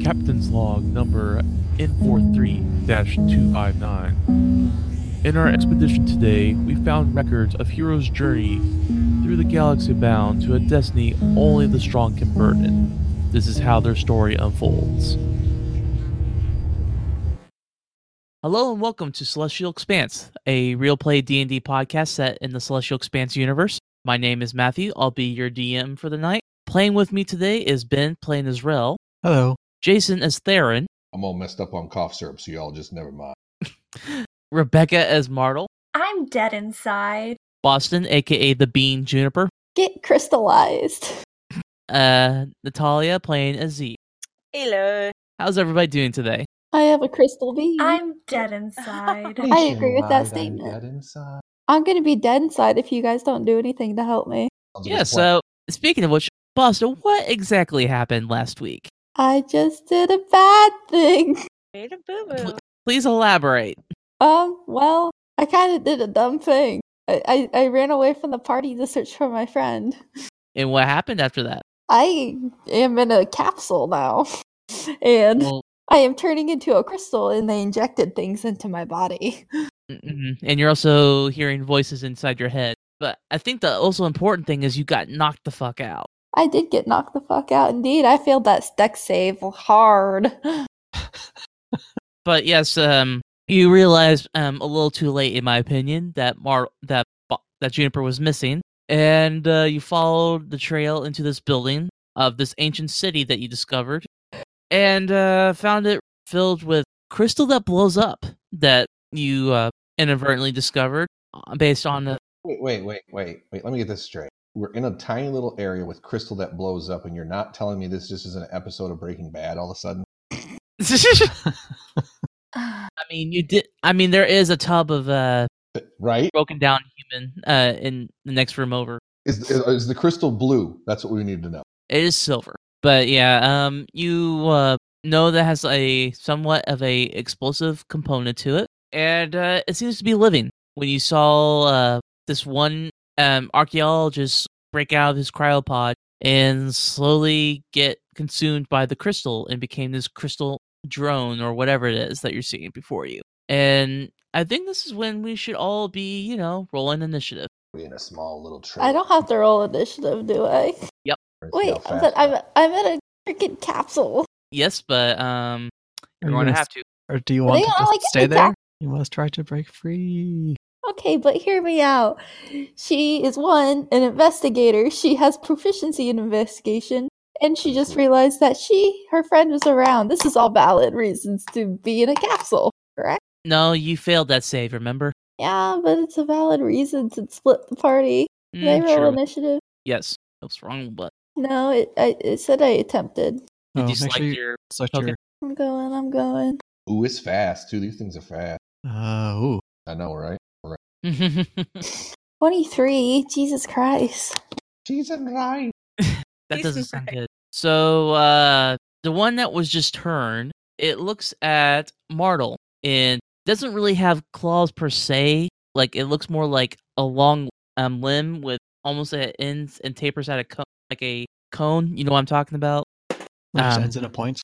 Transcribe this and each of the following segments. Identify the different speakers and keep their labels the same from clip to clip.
Speaker 1: Captain's Log number N43 259. In our expedition today, we found records of heroes' journey through the galaxy bound to a destiny only the strong can burden. This is how their story unfolds. Hello and welcome to Celestial Expanse, a real play D&D podcast set in the Celestial Expanse universe. My name is Matthew. I'll be your DM for the night. Playing with me today is Ben playing as Rel,
Speaker 2: Hello.
Speaker 1: Jason as Theron,
Speaker 3: I'm all messed up on cough syrup, so y'all just never mind.
Speaker 1: Rebecca as Martle,
Speaker 4: I'm dead inside.
Speaker 1: Boston, aka the Bean Juniper,
Speaker 5: get crystallized.
Speaker 1: uh, Natalia playing as Z.
Speaker 6: Hello.
Speaker 1: How's everybody doing today?
Speaker 5: I have a crystal bean. I'm,
Speaker 4: I'm dead inside.
Speaker 5: I agree with that statement. going to be dead inside if you guys don't do anything to help me.
Speaker 1: Yeah, so speaking of which, Boston, what exactly happened last week?
Speaker 5: I just did a bad thing.
Speaker 6: Made a boo
Speaker 1: Pl-
Speaker 6: boo.
Speaker 1: please elaborate.
Speaker 5: Um, well, I kind of did a dumb thing. I, I, I ran away from the party to search for my friend.
Speaker 1: And what happened after that?
Speaker 5: I am in a capsule now, and
Speaker 1: Well,
Speaker 5: I am turning into a crystal, and they injected things into my body.
Speaker 1: mhm, and you're also hearing voices inside your head. But I think the also important thing is you got knocked the fuck out.
Speaker 5: I did get knocked the fuck out. Indeed, I failed that deck save hard.
Speaker 1: but yes, um, you realize um a little too late, in my opinion, that Mar that Bo- that Juniper was missing, and uh, you followed the trail into this building of this ancient city that you discovered, and uh, found it filled with crystal that blows up that you uh, inadvertently discovered uh, based on the
Speaker 3: wait, wait, wait, wait, wait. Let me get this straight. We're in a tiny little area with crystal that blows up, and you're not telling me this just is an episode of Breaking Bad all of a sudden.
Speaker 1: I mean, you did. I mean, there is a tub of uh,
Speaker 3: Right?
Speaker 1: broken down human uh, in the next room over.
Speaker 3: Is, is, is the crystal blue? That's what we need to know.
Speaker 1: It is silver. But yeah, um you uh know that has a somewhat of a explosive component to it. And uh it seems to be living. When you saw uh this one um archaeologist break out of his cryopod and slowly get consumed by the crystal and became this crystal drone or whatever it is that you're seeing before you. And I think this is when we should all be, you know, rolling initiative.
Speaker 3: We're in a small little trip.
Speaker 5: I don't have to roll initiative, do I? Wait, but I'm I'm in a freaking capsule.
Speaker 1: Yes, but um
Speaker 2: Are
Speaker 1: you're
Speaker 2: you
Speaker 1: going to
Speaker 2: gonna
Speaker 1: have to.
Speaker 2: s- Or do you
Speaker 5: Are
Speaker 2: want
Speaker 5: they
Speaker 2: to
Speaker 5: all
Speaker 2: just
Speaker 5: like
Speaker 2: stay
Speaker 5: exact-
Speaker 2: there? You must try to break free.
Speaker 5: Okay, but hear me out. She is one, an investigator. She has proficiency in investigation, and she just realized that she, her friend, was around. This is all valid reasons to be in a capsule.
Speaker 1: No, you failed that save, remember?
Speaker 5: Yeah, but it's a valid reason to split the party. Did I
Speaker 1: Mm,
Speaker 5: roll
Speaker 1: true.
Speaker 5: initiative?
Speaker 1: Yes. What's wrong, but
Speaker 5: No, it, I, it said I attempted.
Speaker 1: did
Speaker 2: Oh,
Speaker 1: you
Speaker 2: make
Speaker 1: select
Speaker 2: sure you
Speaker 1: your
Speaker 2: select
Speaker 1: Okay.
Speaker 2: your.
Speaker 5: I'm going. I'm going.
Speaker 3: Ooh, it's fast too. These things are fast.
Speaker 2: Uh, ooh.
Speaker 3: I know, right?
Speaker 1: that
Speaker 5: Twenty-three. Jesus Christ.
Speaker 3: Jesus right.
Speaker 1: doesn't sound
Speaker 6: Right.
Speaker 1: good. So uh the one that was just turned, it looks at Martle and doesn't really have claws per se. Like it looks more like a long um limb with almost at ends and tapers out a cone like a cone, you know what I'm talking about?
Speaker 2: It just
Speaker 1: Um,
Speaker 2: ends in a point.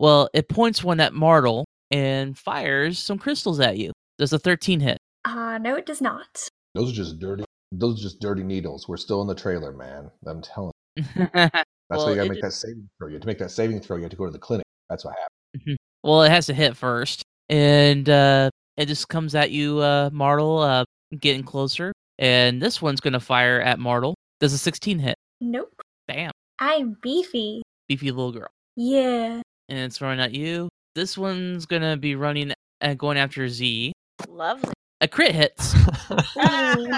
Speaker 1: Well, it points one at Martle and fires some crystals at you. Does a thirteen hit?
Speaker 4: Uh, no, it does not.
Speaker 3: Those are just dirty. Those are just dirty needles. We're still in the trailer, man. I'm telling. you. That's
Speaker 1: Well,
Speaker 3: why you gotta
Speaker 1: it
Speaker 3: make that saving throw. You have to make that saving throw. You have to go to the clinic. That's what happened.
Speaker 1: Well, it has to hit first, and uh, it just comes at you, uh, Martle, uh, getting closer. And this one's gonna fire at Martle. Does a 16 hit?
Speaker 4: Nope.
Speaker 1: Bam,
Speaker 4: I'm beefy.
Speaker 1: beefy little girl,
Speaker 4: Yeah.
Speaker 1: and it's throwing at you. This one's gonna be running and going after Z.
Speaker 6: Lovely.
Speaker 1: A crit hits.
Speaker 3: And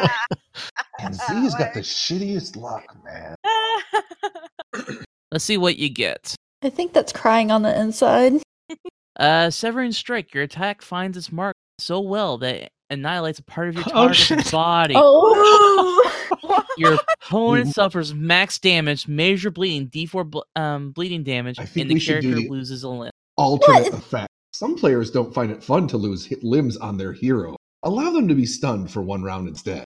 Speaker 3: Z's got the shittiest luck, man.
Speaker 1: Let's see what you get.
Speaker 5: I think that's crying on the inside.
Speaker 1: Uh, severing strike. Your attack finds its mark so well that it annihilates a part of your
Speaker 2: Oh,
Speaker 1: target's
Speaker 2: shit.
Speaker 1: body.
Speaker 5: Oh.
Speaker 1: Your opponent suffers max damage, major bleeding, D4 bl- um, bleeding damage,
Speaker 3: I think
Speaker 1: and the
Speaker 3: we should do
Speaker 1: character
Speaker 3: the-
Speaker 1: loses a limb.
Speaker 3: Alternate
Speaker 5: What?
Speaker 3: effect. Some players don't find it fun to lose hit limbs on their hero. Allow them to be stunned for one round instead.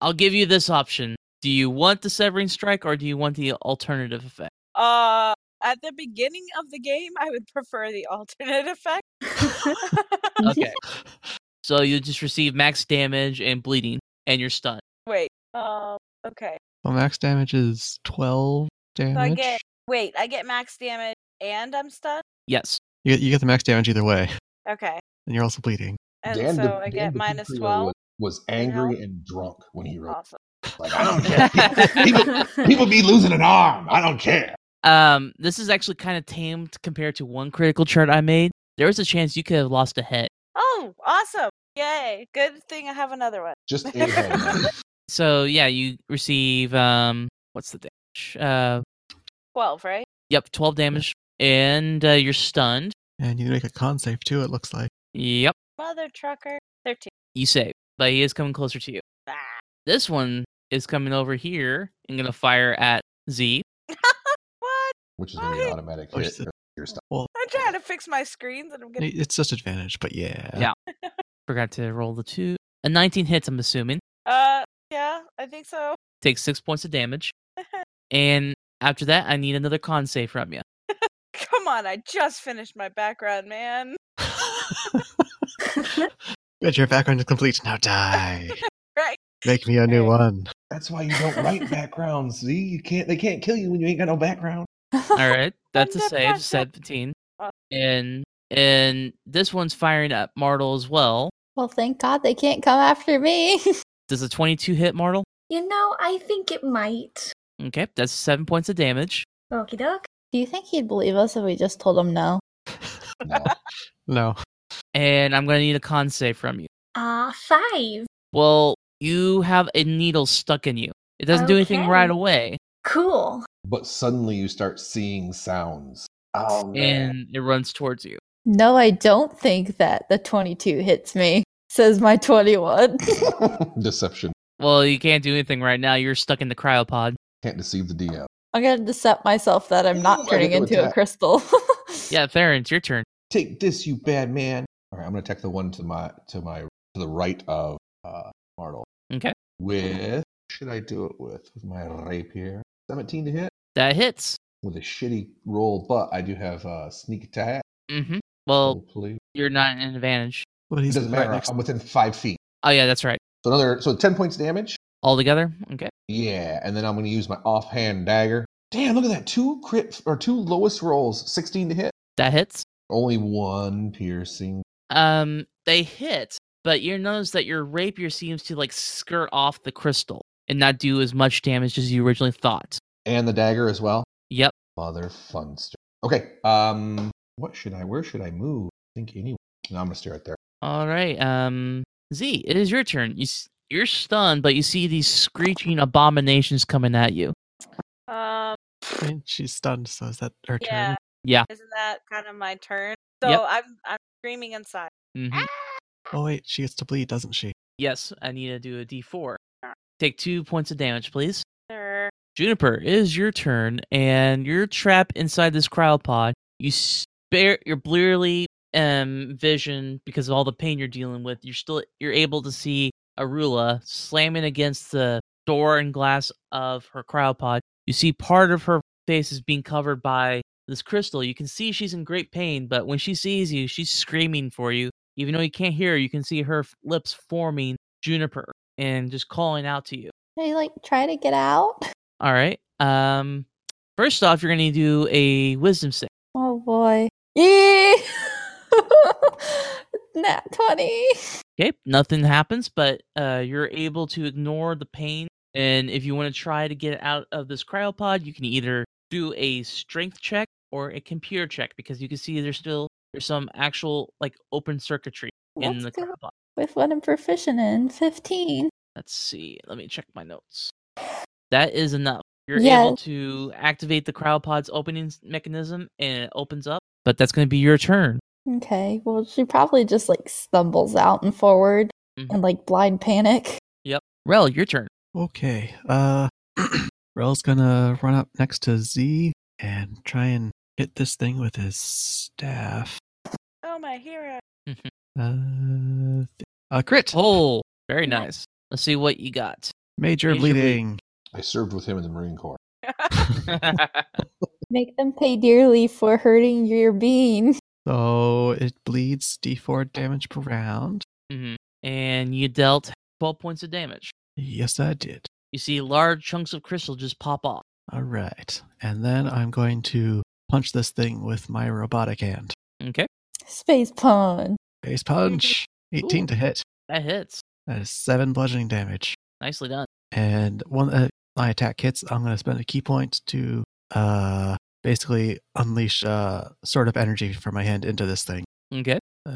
Speaker 1: I'll give you this option. Do you want the severing strike or do you want the alternative effect?
Speaker 6: Uh, at the beginning of the game, I would prefer the alternate effect.
Speaker 1: Okay. so you just receive max damage and bleeding, and you're stunned.
Speaker 6: Wait. Um. Okay.
Speaker 2: Well, max damage is 12
Speaker 6: So I
Speaker 2: damage.
Speaker 6: get. Wait. I get max damage and I'm stunned.
Speaker 1: Yes.
Speaker 2: You, get, you get the max damage either way,
Speaker 6: Okay.
Speaker 2: and you're also bleeding.
Speaker 6: And
Speaker 3: Dan
Speaker 6: so
Speaker 3: De-
Speaker 6: I
Speaker 3: Dan
Speaker 6: get minus
Speaker 3: DiPietro
Speaker 6: twelve.
Speaker 3: Was, was angry and drunk when he wrote.
Speaker 6: Awesome.
Speaker 3: it. Like I don't care. people, people be losing an arm. I don't care.
Speaker 1: Um, this is actually kind of tamed compared to one critical chart I made. There was a chance you could have lost a head.
Speaker 6: Oh, awesome! Yay! Good thing I have another one.
Speaker 3: Just a head. man.
Speaker 1: So yeah, you receive um, what's the damage? Uh,
Speaker 6: Twelve, right?
Speaker 1: yep, twelve damage, and uh, you're stunned.
Speaker 2: And you make a con save too, it looks like.
Speaker 1: Yep,
Speaker 6: Mother trucker. Thirteen.
Speaker 1: you save, but he is coming closer to you.
Speaker 6: Ah.
Speaker 1: This one is coming over here and gonna fire at Z.
Speaker 6: What?
Speaker 3: Which is gonna be an automatic
Speaker 2: Which
Speaker 3: hit.
Speaker 2: is-
Speaker 3: Your stuff.
Speaker 2: Well,
Speaker 6: I'm trying to fix my screens and I'm gonna.
Speaker 2: it- it's just advantage, but yeah.
Speaker 1: Yeah. Forgot to roll the two. A 19 hits, I'm assuming.
Speaker 6: Uh, yeah, I think so.
Speaker 1: Takes six points of damage, and after that, I need another con save from you.
Speaker 6: Come on, I just finished my background, man.
Speaker 2: Good, your background is complete. Now die.
Speaker 6: Right.
Speaker 2: Make me a new
Speaker 6: Right.
Speaker 2: one.
Speaker 3: That's why you don't write backgrounds. Z, you can't. They can't kill you when you ain't got no background.
Speaker 1: All right, that's a
Speaker 6: Under
Speaker 1: save,
Speaker 6: pressure.
Speaker 1: 17,
Speaker 6: Oh.
Speaker 1: and and this one's firing at Martle as well.
Speaker 5: Well, thank God they can't come after me.
Speaker 1: Does a 22 hit Martle?
Speaker 4: you know, I think it might.
Speaker 1: Okay, that's seven points of damage.
Speaker 4: Okie doke.
Speaker 5: Do you think he'd believe us if we just told him no?
Speaker 3: No.
Speaker 2: No.
Speaker 1: And I'm gonna need a con save from you.
Speaker 4: Ah, five.
Speaker 1: Well, you have a needle stuck in you. It doesn't do anything right
Speaker 4: Okay.
Speaker 1: away,
Speaker 4: Cool.
Speaker 3: But suddenly you start seeing sounds. Oh man!
Speaker 1: and it runs towards you.
Speaker 5: No, I don't think that the 22 hits me, says my 21.
Speaker 3: Deception
Speaker 1: Well, you can't do anything right now. You're stuck in the cryopod.
Speaker 3: can't deceive the DM.
Speaker 5: I'm going to decept myself that I'm
Speaker 3: Ooh, I
Speaker 5: not
Speaker 3: get
Speaker 5: turning
Speaker 3: to
Speaker 5: into a
Speaker 3: attack.
Speaker 5: crystal.
Speaker 1: Yeah, Theron, it's your turn.
Speaker 3: Take this, you bad man. All right, I'm gonna attack the one to my to my to the right of uh Martle.
Speaker 1: Okay.
Speaker 3: With should I do it with with my rapier? 17 to hit
Speaker 1: That hits.
Speaker 3: with a shitty roll, but I do have uh, sneak attack.
Speaker 1: hmm Well,
Speaker 3: hopefully.
Speaker 1: you're not an advantage.
Speaker 2: But
Speaker 3: It
Speaker 2: he's
Speaker 3: doesn't
Speaker 2: right
Speaker 3: matter.
Speaker 2: next-
Speaker 3: I'm within five feet.
Speaker 1: Oh yeah, that's right.
Speaker 3: So another so 10 points damage.
Speaker 1: All together. Okay.
Speaker 3: Yeah, and then I'm gonna use my offhand dagger. Damn, look at that. Two crit or two lowest rolls, 16 to hit.
Speaker 1: That hits.
Speaker 3: Only one piercing.
Speaker 1: Um, they hit, but you notice that your rapier seems to like skirt off the crystal and not do as much damage as you originally thought.
Speaker 3: And the dagger as well.
Speaker 1: Yep.
Speaker 3: Mother funster. Okay. Um what should I where should I move? I think anywhere. No, I'm gonna stare at there.
Speaker 1: All right. Um, Z, it is your turn. You s- you're stunned, but you see these screeching abominations coming at you.
Speaker 6: Um,
Speaker 2: I mean, she's stunned, so is that her
Speaker 6: yeah.
Speaker 2: turn?
Speaker 1: Yeah.
Speaker 6: Isn't that kind of my turn? So
Speaker 1: Yep.
Speaker 6: I'm I'm screaming inside.
Speaker 1: hmm
Speaker 2: Oh, wait, she gets to bleed, doesn't she?
Speaker 1: Yes, I need to do a D4. Take two points of damage, please.
Speaker 6: Err,
Speaker 1: Juniper, it is your turn, and you're trapped inside this cryopod. You spare your blurry um, vision because of all the pain you're dealing with. You're still you're able to see Arula slamming against the door and glass of her cryopod. You see part of her face is being covered by this crystal. You can see she's in great pain, but when she sees you, she's screaming for you. Even though you can't hear her, you can see her f- lips forming Juniper and just calling out to you.
Speaker 5: They like try to get out?
Speaker 1: All right. Um, first off, you're gonna do a wisdom save.
Speaker 5: Oh boy. Yeah! Nat 20.
Speaker 1: Okay, nothing happens, but uh, you're able to ignore the pain. And if you want to try to get out of this cryopod, you can either do a strength check or a computer check because you can see there's still there's some actual like open circuitry in
Speaker 5: Let's
Speaker 1: the
Speaker 5: go
Speaker 1: cryopod.
Speaker 5: with what I'm proficient in. 15.
Speaker 1: Let's see. Let me check my notes. That is enough. You're able
Speaker 5: Yes.
Speaker 1: to activate the cryopod's opening s- mechanism, and it opens up. But that's going to be your turn.
Speaker 5: Okay, well, she probably just like stumbles out and forward
Speaker 1: Mhm.
Speaker 5: and like blind panic.
Speaker 1: Rel, your turn.
Speaker 2: Okay. Uh Rel's gonna run up next to Z and try and hit this thing with his staff.
Speaker 6: oh my hero!
Speaker 2: Uh th- a crit.
Speaker 1: Oh, very nice. Let's see what you got.
Speaker 2: Major
Speaker 1: major bleed.
Speaker 2: bleeding.
Speaker 1: Mm-hmm.
Speaker 3: I served with him in the Marine Corps.
Speaker 5: Make them pay dearly for hurting your bean.
Speaker 2: So it bleeds d4 damage per round.
Speaker 1: hmm And you dealt 12 points of damage.
Speaker 2: Yes, I did.
Speaker 1: You see large chunks of crystal just pop off.
Speaker 2: All right. And then I'm going to punch this thing with my robotic hand.
Speaker 1: Okay.
Speaker 5: Space pawn.
Speaker 2: Base punch. 18 to hit.
Speaker 1: That hits.
Speaker 2: That is seven bludgeoning damage.
Speaker 1: Nicely done.
Speaker 2: And one uh, my attack hits, I'm going to spend a key point to uh basically unleash uh sort of energy from my hand into this thing.
Speaker 1: Okay.
Speaker 2: Uh,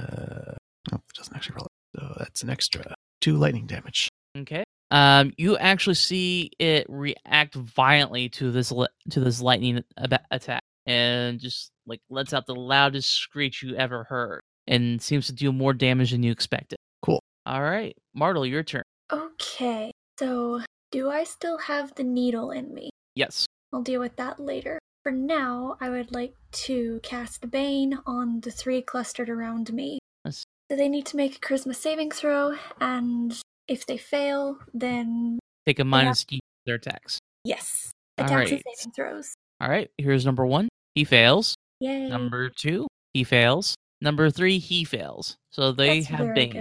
Speaker 2: oh, it doesn't actually roll. it. So that's an extra two lightning damage.
Speaker 1: Okay. Um, you actually see it react violently to this li- to this lightning ab- attack, and just like lets out the loudest screech you ever heard, and seems to do more damage than you expected.
Speaker 2: Cool.
Speaker 1: All right, Martel, your turn.
Speaker 4: Okay. So, do I still have the needle in me?
Speaker 1: Yes.
Speaker 4: I'll deal with that later. For now, I would like to cast the Bane on the three clustered around me.
Speaker 1: Yes.
Speaker 4: So they need to make a charisma saving throw, and if they fail, then
Speaker 1: Take a minus key to their attacks.
Speaker 4: yes,
Speaker 1: All
Speaker 4: attacks and
Speaker 1: right.
Speaker 4: saving throws.
Speaker 1: All right. Here's number one. He fails.
Speaker 4: Yay!
Speaker 1: Number two. He fails. Number three. He fails. So they
Speaker 4: That's
Speaker 1: have
Speaker 4: very
Speaker 1: bane.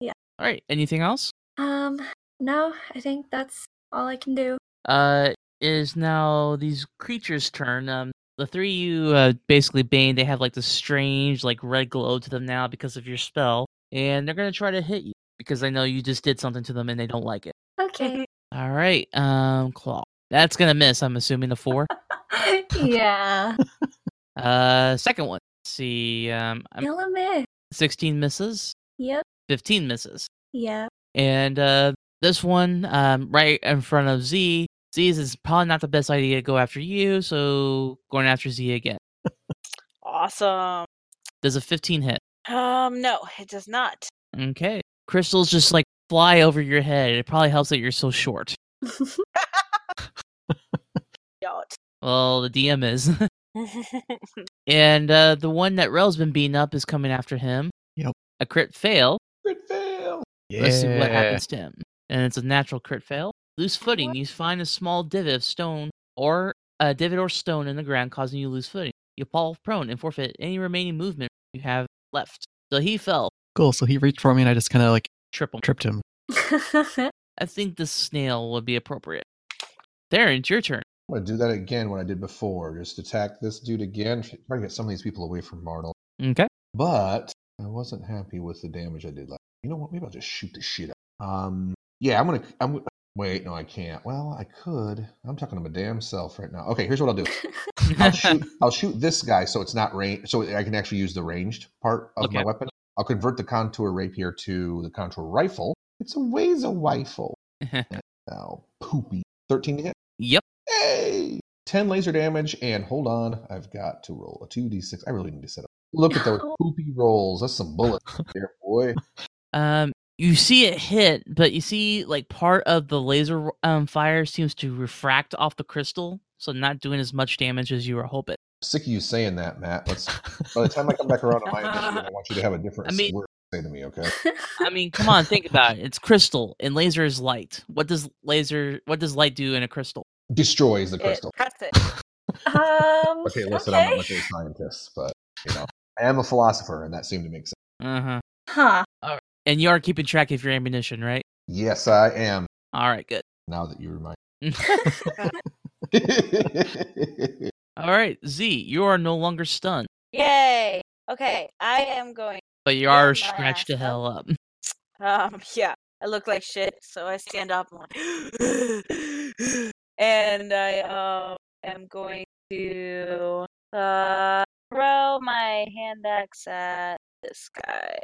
Speaker 4: good.
Speaker 1: All right. Anything else?
Speaker 4: Um, no, I think that's all I can do.
Speaker 1: uh it is now these creatures turn um the three you uh, basically bane they have like this strange like red glow to them now because of your spell and they're gonna try to hit you because they know you just did something to them and they don't like it
Speaker 4: Okay.
Speaker 1: all right um claw that's gonna miss i'm assuming the four
Speaker 4: yeah.
Speaker 1: uh second one Let's see um I'm-
Speaker 4: Kill 'em if.
Speaker 1: 16 misses
Speaker 4: Yep.
Speaker 1: 15 misses
Speaker 4: Yeah.
Speaker 1: and uh this one um right in front of z z's is probably not the best idea to go after you so going after z again
Speaker 6: Awesome.
Speaker 1: Does a 15 hit?
Speaker 6: Um, no, it does not.
Speaker 1: Okay. Crystals just like fly over your head. It probably helps that you're so short.
Speaker 6: Yacht.
Speaker 1: Well, the DM is. and uh, the one that Rel's been beating up is coming after him.
Speaker 2: Yep.
Speaker 1: A crit fail.
Speaker 3: Crit fail.
Speaker 2: Yeah.
Speaker 1: Let's see what happens to him. And it's a natural crit fail. Loose footing. You find a small divot of stone or a divot or stone in the ground, causing you to lose footing. You fall prone and forfeit any remaining movement you have left. So he fell.
Speaker 2: Cool. So he reached for me and I just kind of like
Speaker 1: Triple.
Speaker 2: tripped him.
Speaker 1: I think the snail would be appropriate. There, it's your turn.
Speaker 3: I'm gonna do that again when I did before. Just attack this dude again. Try to get some of these people away from Martel.
Speaker 1: Okay.
Speaker 3: But I wasn't happy with the damage I did. Like, you know what? Maybe I'll just shoot the shit out. Um, yeah, I'm gonna. I'm. Wait, no, I can't. Well, I could. I'm talking to my damn self right now. Okay, here's what I'll do. I'll shoot. I'll shoot this guy, so it's not range. So I can actually use the ranged part of my
Speaker 1: Okay.
Speaker 3: weapon. I'll convert the contour rapier to the contour rifle. It's a ways a rifle. Now, poopy. Thirteen to hit.
Speaker 1: yep.
Speaker 3: Hey! 10 laser damage, and hold on, I've got to roll a 2d6. I really need to set up. Look at those poopy rolls. That's some bullets there, boy.
Speaker 1: Um, you see it hit, but you see like part of the laser um fire seems to refract off the crystal, so not doing as much damage as you were hoping.
Speaker 3: Sick of you saying that, Matt. Let's. By the time I come back around on my initiative, I want you to have a different
Speaker 1: I mean-
Speaker 3: word to say to me, okay?
Speaker 1: I mean, come on, think about it. It's crystal, and laser is light. What does laser? What does light do in a crystal?
Speaker 3: Destroys the
Speaker 6: It,
Speaker 3: crystal.
Speaker 6: press it.
Speaker 4: um.
Speaker 3: Okay, listen, I'm not much of a scientist, but you know, I am a philosopher, and that seemed to make sense.
Speaker 1: Uh huh.
Speaker 4: Huh.
Speaker 1: And you are keeping track of your ammunition, right?
Speaker 3: Yes, I am.
Speaker 1: All right, good.
Speaker 3: Now that you remind. me.
Speaker 1: All right, Z, you are no longer stunned,
Speaker 6: Yay. Okay, I am going.
Speaker 1: but you
Speaker 6: Yeah,
Speaker 1: are
Speaker 6: my
Speaker 1: scratched to
Speaker 6: ass
Speaker 1: hell up.
Speaker 6: Um, yeah, I look like shit, so I stand up and, like, and I um am going to uh throw my hand axe at this guy.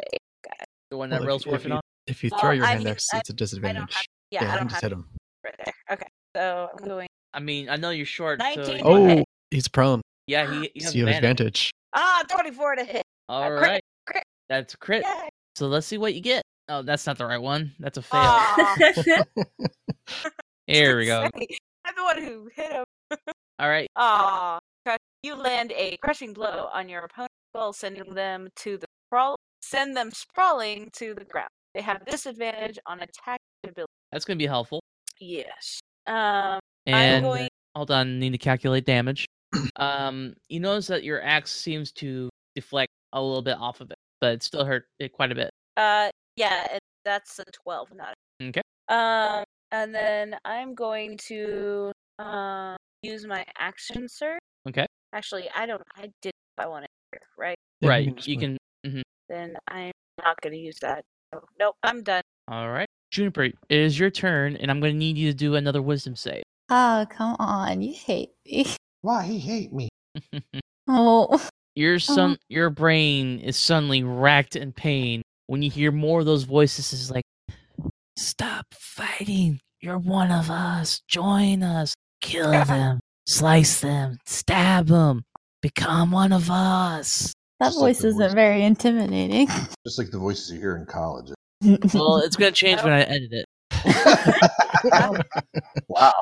Speaker 1: The one
Speaker 2: Well,
Speaker 1: that
Speaker 2: if-
Speaker 1: Rel's
Speaker 2: if
Speaker 1: working
Speaker 2: you-
Speaker 1: on.
Speaker 2: If you
Speaker 6: Well,
Speaker 2: throw your
Speaker 6: I
Speaker 2: hand
Speaker 6: mean,
Speaker 2: axe,
Speaker 6: I-
Speaker 2: it's
Speaker 6: I
Speaker 2: a
Speaker 6: don't
Speaker 2: disadvantage.
Speaker 6: have. Yeah, I
Speaker 2: you
Speaker 6: don't
Speaker 2: can just
Speaker 6: have
Speaker 2: hit him.
Speaker 6: right there. Okay, so I'm going.
Speaker 1: I mean, I know you're short. So
Speaker 6: 19
Speaker 1: you-
Speaker 6: will hit.
Speaker 2: Oh, he's prone.
Speaker 1: yeah, he, he has
Speaker 2: so you have
Speaker 1: advantage.
Speaker 2: advantage.
Speaker 6: Ah, 24 to hit.
Speaker 1: All
Speaker 6: crit,
Speaker 1: right,
Speaker 6: crit.
Speaker 1: that's a crit.
Speaker 6: Yay.
Speaker 1: So let's see what you get. Oh, that's not the right one. That's a fail.
Speaker 6: Ah,
Speaker 1: Here we go.
Speaker 6: sorry. I'm the one who hit him.
Speaker 1: All right.
Speaker 6: Ah, crush- you land a crushing blow on your opponent, while sending them to the sprawl. Send them sprawling to the ground. They have disadvantage on attack ability.
Speaker 1: That's going to be helpful.
Speaker 6: Yes. Um,
Speaker 1: And
Speaker 6: I'm going.
Speaker 1: hold on, need to calculate damage. um, you notice that your axe seems to deflect a little bit off of it, but it still hurt it quite a bit.
Speaker 6: Uh, yeah, it, that's a twelve, not. a-
Speaker 1: Okay.
Speaker 6: Um, and then I'm going to uh, use my action search.
Speaker 1: Okay.
Speaker 6: Actually, I don't. I did. If I want to, right?
Speaker 2: Yeah,
Speaker 1: right.
Speaker 2: just
Speaker 1: You
Speaker 2: move.
Speaker 1: can.
Speaker 6: Then I'm not going to use that. So, nope, I'm done.
Speaker 1: All right. Juniper, it is your turn, and I'm going to need you to do another wisdom save.
Speaker 5: Oh, come on. You hate me.
Speaker 3: Why he hate me?
Speaker 5: Oh.
Speaker 2: Uh-huh.
Speaker 1: your son,
Speaker 5: Oh.
Speaker 1: your brain is suddenly racked in pain when you hear more of those voices. Is like, stop fighting. You're one of us. Join us. Kill them. Slice them. Stab them. Become one of us.
Speaker 5: That
Speaker 3: Just like
Speaker 5: voice
Speaker 3: the
Speaker 5: isn't
Speaker 3: voice.
Speaker 5: very intimidating.
Speaker 3: Just like the voices you hear in college.
Speaker 1: Well, it's going to change when I edit it.
Speaker 3: wow.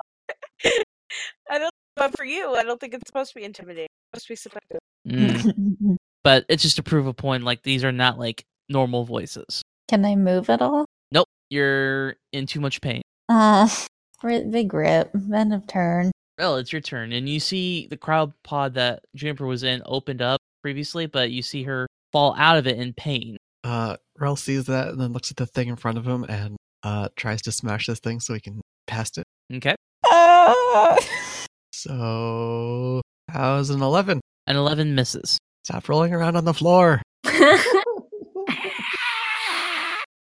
Speaker 6: I don't. But for you, I don't think it's supposed to be intimidating. It's supposed to be seductive.
Speaker 1: Mm. But it's just to prove a point. Like these are not like normal voices.
Speaker 5: Can I move at all?
Speaker 1: You're in too much pain.
Speaker 5: Uh, ri- big rip. End of turn.
Speaker 1: Well, it's your turn, and you see the crowd pod that Juniper was in opened up previously, but you see her fall out of it in pain.
Speaker 2: Uh, Rel sees that and then looks at the thing in front of him and uh, tries to smash this thing so he can past it.
Speaker 1: Okay,
Speaker 5: Ah.
Speaker 2: So, how's an 11?
Speaker 1: an eleven misses.
Speaker 2: Stop rolling around on the floor.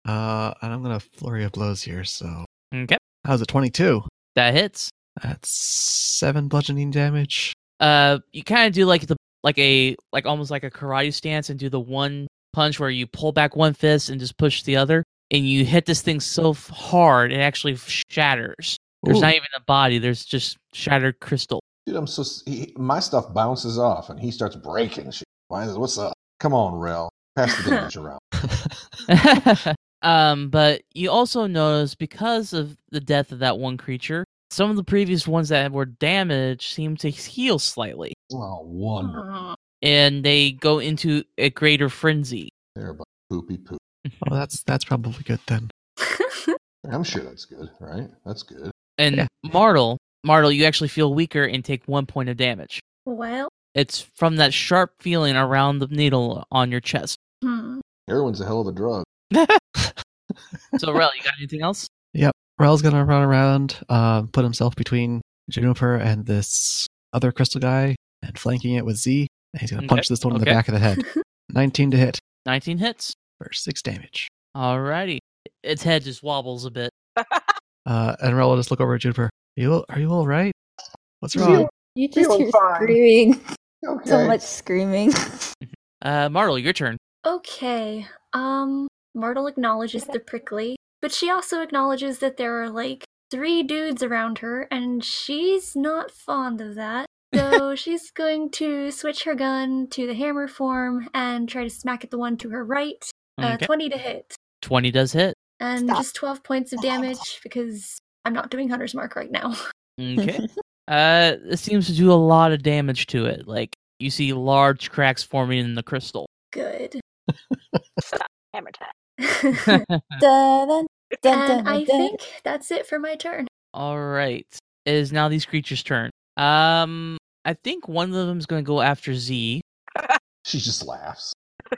Speaker 2: Uh, and I'm going to flurry of blows here. So,
Speaker 1: Okay,
Speaker 2: how's a 22?
Speaker 1: that hits.
Speaker 2: That's seven bludgeoning damage.
Speaker 1: Uh, you kind of do like the like a like almost like a karate stance, and do the one punch where you pull back one fist and just push the other, and you hit this thing so f- hard it actually shatters. There's
Speaker 2: Ooh.
Speaker 1: not even a body. There's just shattered crystal.
Speaker 3: Dude, I'm so s- he, my stuff bounces off and he starts breaking shit. Why is what's up? Come on, Rel. Pass the damage around.
Speaker 1: um, but you also notice because of the death of that one creature, some of the previous ones that were damaged seem to heal slightly,
Speaker 3: Oh, wonderful.
Speaker 1: and they go into a greater frenzy.
Speaker 3: There, about poopy poop.
Speaker 2: well, Oh, that's that's probably good then.
Speaker 3: I'm sure that's good, right? That's good.
Speaker 1: And
Speaker 2: Yeah.
Speaker 1: Martle, Martle, you actually feel weaker and take one point of damage.
Speaker 4: well,
Speaker 1: It's from that sharp feeling around the needle on your chest.
Speaker 4: hmm.
Speaker 3: Heroin's a hell of a drug.
Speaker 1: So, Rel, you got anything else?
Speaker 2: Rel's gonna run around, uh, put himself between Juniper and this other crystal guy, and flanking it with Z. And he's gonna
Speaker 1: Okay,
Speaker 2: punch this one in the
Speaker 1: okay.
Speaker 2: back of the head. 19 to hit
Speaker 1: 19 hits.
Speaker 2: for six damage.
Speaker 1: Alrighty. Its head just wobbles a bit.
Speaker 2: Uh, and Rel will just look over at Juniper. you are you all right? What's wrong?
Speaker 5: you just
Speaker 3: Feeling
Speaker 5: hear
Speaker 3: fine.
Speaker 5: screaming.
Speaker 3: Okay.
Speaker 5: So much screaming.
Speaker 1: Uh, Martle, your turn.
Speaker 4: Okay. Um, Martle acknowledges the prickly, but she also acknowledges that there are like three dudes around her, and she's not fond of that. So she's going to switch her gun to the hammer form and try to smack at the one to her right. Uh,
Speaker 1: Okay.
Speaker 4: 20 to hit,
Speaker 1: 20 does hit.
Speaker 4: and
Speaker 5: Stop.
Speaker 4: just 12 points of damage because I'm not doing Hunter's Mark right now.
Speaker 1: Okay. Uh, it seems to do a lot of damage to it. Like you see large cracks forming in the crystal.
Speaker 4: Good.
Speaker 6: Hammer time.
Speaker 4: and
Speaker 5: Dun, dun, dun, dun,
Speaker 4: I
Speaker 5: dun, dun.
Speaker 4: think that's it for my turn.
Speaker 1: All right, it is now these creatures' turn. Um, I think one of them is going to go after Z.
Speaker 3: She just laughs.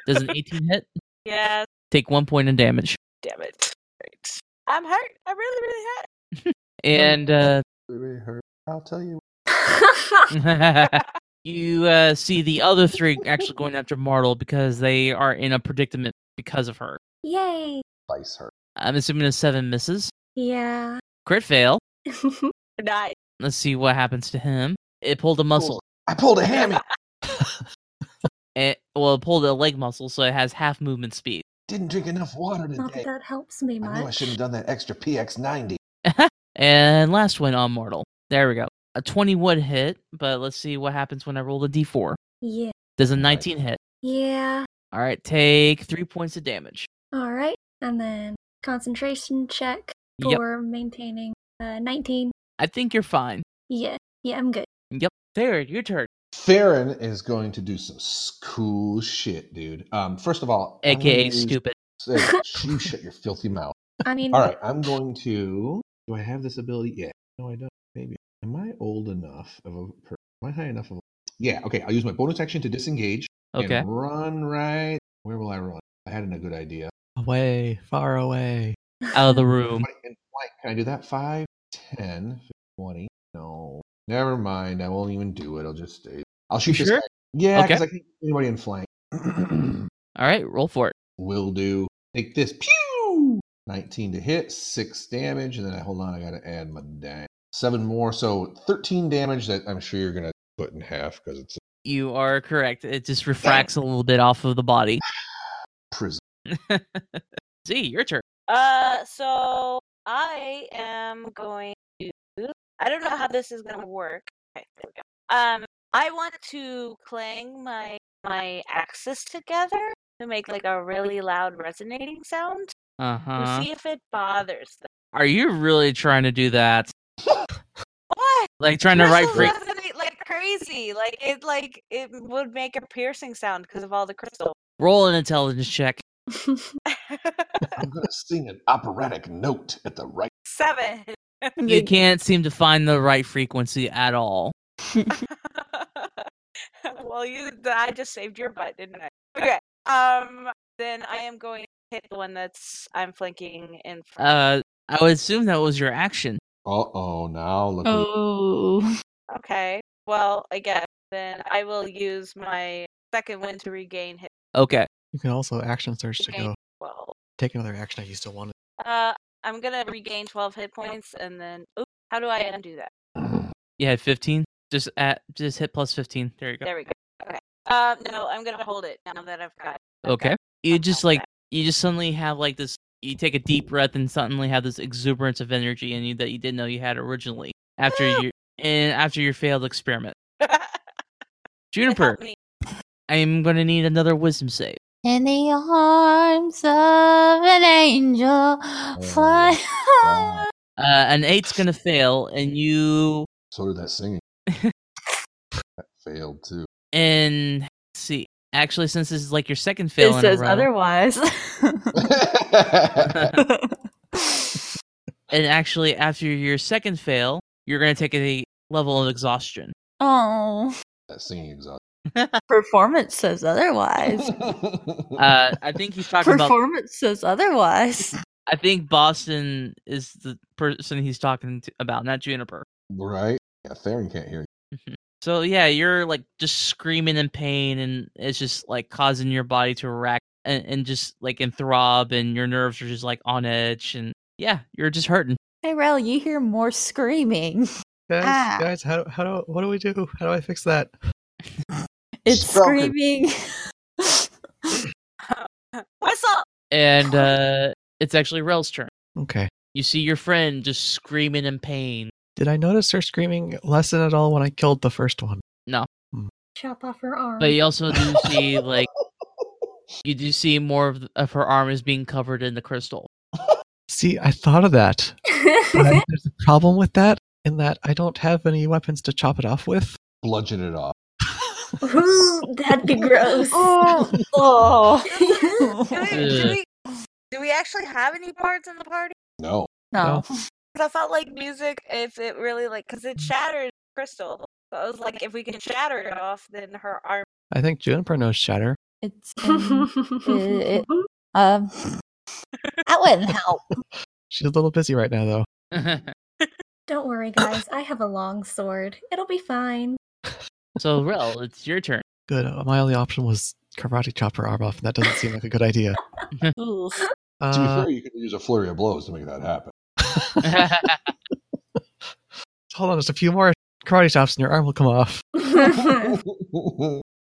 Speaker 1: Does an 18 hit?
Speaker 6: Yeah.
Speaker 1: Take one point of damage.
Speaker 6: Damn it. Right. I'm hurt. I'm really, really hurt.
Speaker 1: And uh,
Speaker 3: Really hurt. I'll tell you.
Speaker 1: you uh, see the other three actually going after Martle because they are in a predicament because of her.
Speaker 4: Yay!
Speaker 3: Spice her.
Speaker 1: I'm assuming a seven misses.
Speaker 4: Yeah.
Speaker 1: Crit fail.
Speaker 6: Nice.
Speaker 1: Let's see what happens to him. It pulled a muscle.
Speaker 3: I pulled a hammy.
Speaker 1: It, well, it pulled a leg muscle, so it has half movement speed.
Speaker 3: Didn't drink enough water
Speaker 4: Not that
Speaker 3: today.
Speaker 4: that helps me
Speaker 3: I
Speaker 4: much.
Speaker 3: know I shouldn't have done that extra PX90.
Speaker 1: And last one on Mortal. There we go. A 20 would hit, but let's see what happens when I roll a d4.
Speaker 4: Yeah.
Speaker 1: Does a
Speaker 3: Alright.
Speaker 1: 19 hit?
Speaker 4: Yeah.
Speaker 1: All right, take three points of damage.
Speaker 4: All right. And then concentration check
Speaker 1: Yep.
Speaker 4: for maintaining uh, 19.
Speaker 1: I think you're fine.
Speaker 4: Yeah. Yeah, I'm good.
Speaker 1: There, your turn.
Speaker 3: Theron is going to do some s- cool shit, dude. Um, first of all, I'm gonna
Speaker 1: AKA
Speaker 3: use-
Speaker 1: stupid.
Speaker 3: Say, you shut your filthy mouth.
Speaker 4: I mean,
Speaker 3: All right, I'm going to. Do I have this ability? Yeah. No, I don't. Maybe. Am I old enough of a? Per- Am I high enough of? Yeah, okay. I'll use my bonus action to disengage
Speaker 1: Okay.
Speaker 3: and run right. Where will I run? I had a good idea.
Speaker 2: Away, far away.
Speaker 1: Out of the room.
Speaker 3: Wait, and wait, Can I do that? 5, 10, 20. No. Never mind. I won't even do it. I'll just stay. I'll shoot this
Speaker 1: sure?
Speaker 3: guy. Yeah,
Speaker 1: Okay.
Speaker 3: because I can't get anybody in flank.
Speaker 1: All right, roll for it.
Speaker 3: Will do. Take this. Pew! 19 to hit, 6 damage, and then I hold on. I got to add my dang. 7 more. So 13 damage that I'm sure you're going to put in half because it's
Speaker 1: You are correct. It just refracts a little bit off of the body.
Speaker 3: a prison.
Speaker 1: Z, your turn.
Speaker 6: Uh, so I am going to. I don't know how this is gonna work. Okay, there we go. Um, I want to clang my my axes together to make like a really loud resonating sound
Speaker 1: Uh
Speaker 3: Uh-huh.
Speaker 6: and
Speaker 1: huh.
Speaker 6: see if it bothers them.
Speaker 1: Are you really trying to do that?
Speaker 6: What?
Speaker 1: Like trying to write
Speaker 6: Crystals
Speaker 1: free?
Speaker 6: resonate like crazy. Like it, like it would make a piercing sound because of all the crystal.
Speaker 1: Roll an intelligence check.
Speaker 3: I'm going to sing an operatic note at the right.
Speaker 6: Seven.
Speaker 1: You can't seem to find the right frequency at all.
Speaker 6: well, you, th- I just saved your butt, didn't I? Okay. Um. Then I am going to hit the one that's I'm flanking in. Front.
Speaker 1: Uh, I would assume that was your action.
Speaker 3: Uh oh, now look. who-
Speaker 5: Oh.
Speaker 1: Uh
Speaker 6: okay. Well, I guess then I will use my second one to regain hit.
Speaker 1: Okay.
Speaker 2: You can also action search to
Speaker 6: Okay.
Speaker 2: go
Speaker 6: Well,
Speaker 2: take another action if you still want it.
Speaker 6: uh, I'm gonna regain 12 hit points, and then oop, how do I undo that?
Speaker 1: You had 15. Just at just hit plus 15. There you go.
Speaker 6: There we go. Okay. Uh, no, I'm gonna hold it now that I've got. I've
Speaker 1: Okay.
Speaker 6: got
Speaker 1: You
Speaker 6: something
Speaker 1: just
Speaker 6: like
Speaker 1: like you just suddenly have like this. You take a deep breath and suddenly have this exuberance of energy in you that you didn't know you had originally after
Speaker 6: Woo!
Speaker 1: you and after your failed experiment.
Speaker 6: Help
Speaker 1: Juniper,
Speaker 6: me.
Speaker 1: I'm gonna need another wisdom save.
Speaker 5: In the arms of an
Speaker 1: Oh
Speaker 5: angel, fly
Speaker 3: God.
Speaker 1: Uh, an eight's gonna fail, and you
Speaker 3: So did that singing. that failed too.
Speaker 1: and let's see. Actually, since this is like your second fail
Speaker 5: It
Speaker 1: in
Speaker 5: says
Speaker 1: a row,
Speaker 5: otherwise.
Speaker 1: and actually after your second fail, you're gonna take a level of exhaustion.
Speaker 5: oh.
Speaker 3: that singing exhausted.
Speaker 5: Performance says otherwise.
Speaker 1: Uh, I think he's talking about
Speaker 5: Performance says otherwise.
Speaker 1: I think Boston is the person he's talking to about, not Juniper.
Speaker 3: right? Yeah, Theron can't hear you.
Speaker 1: So yeah, you're like just screaming in pain, and it's just like causing your body to rack and, and just like and throb, and your nerves are just like on edge, and yeah, you're just hurting.
Speaker 5: Hey, Rel, you hear more screaming.
Speaker 2: Guys,
Speaker 5: Ah.
Speaker 2: guys, how, how do what do we do? How do I fix that?
Speaker 5: It's
Speaker 3: Stronger.
Speaker 5: screaming.
Speaker 6: What's up?
Speaker 1: And uh it's actually Rel's turn.
Speaker 2: Okay.
Speaker 1: You see your friend just screaming in pain.
Speaker 2: Did I notice her screaming lessen at all when I killed the first one?
Speaker 4: Chop off her arm.
Speaker 1: But you also do see like you do see more of, of her arm is being covered in the crystal.
Speaker 2: See, I thought of that. But there's a problem with that in that I don't have any weapons to chop it off with.
Speaker 3: bludgeon it off.
Speaker 4: Ooh, That'd be gross.
Speaker 5: oh,
Speaker 6: do, we, do,
Speaker 1: Ugh.
Speaker 6: we, do we actually have any bards in the party?
Speaker 3: No.
Speaker 5: no.
Speaker 6: Because I felt like music, if it really like, because it shattered crystal. So I was like, if we can shatter it off, then her arm.
Speaker 2: I think Juniper knows Shatter.
Speaker 5: It's in-
Speaker 4: Mm. Uh,
Speaker 5: um. That wouldn't help.
Speaker 2: She's a little busy right now, though.
Speaker 4: Don't worry, guys. I have a long sword. It'll be fine.
Speaker 1: so Rel, it's your turn.
Speaker 2: Good. uh, My only option was karate chop her arm off, and that doesn't seem like a good idea.
Speaker 3: To be
Speaker 2: Uh,
Speaker 3: fair, you could use a flurry of blows to make that happen.
Speaker 2: hold on, just a few more karate chops, and your arm will come off.
Speaker 4: I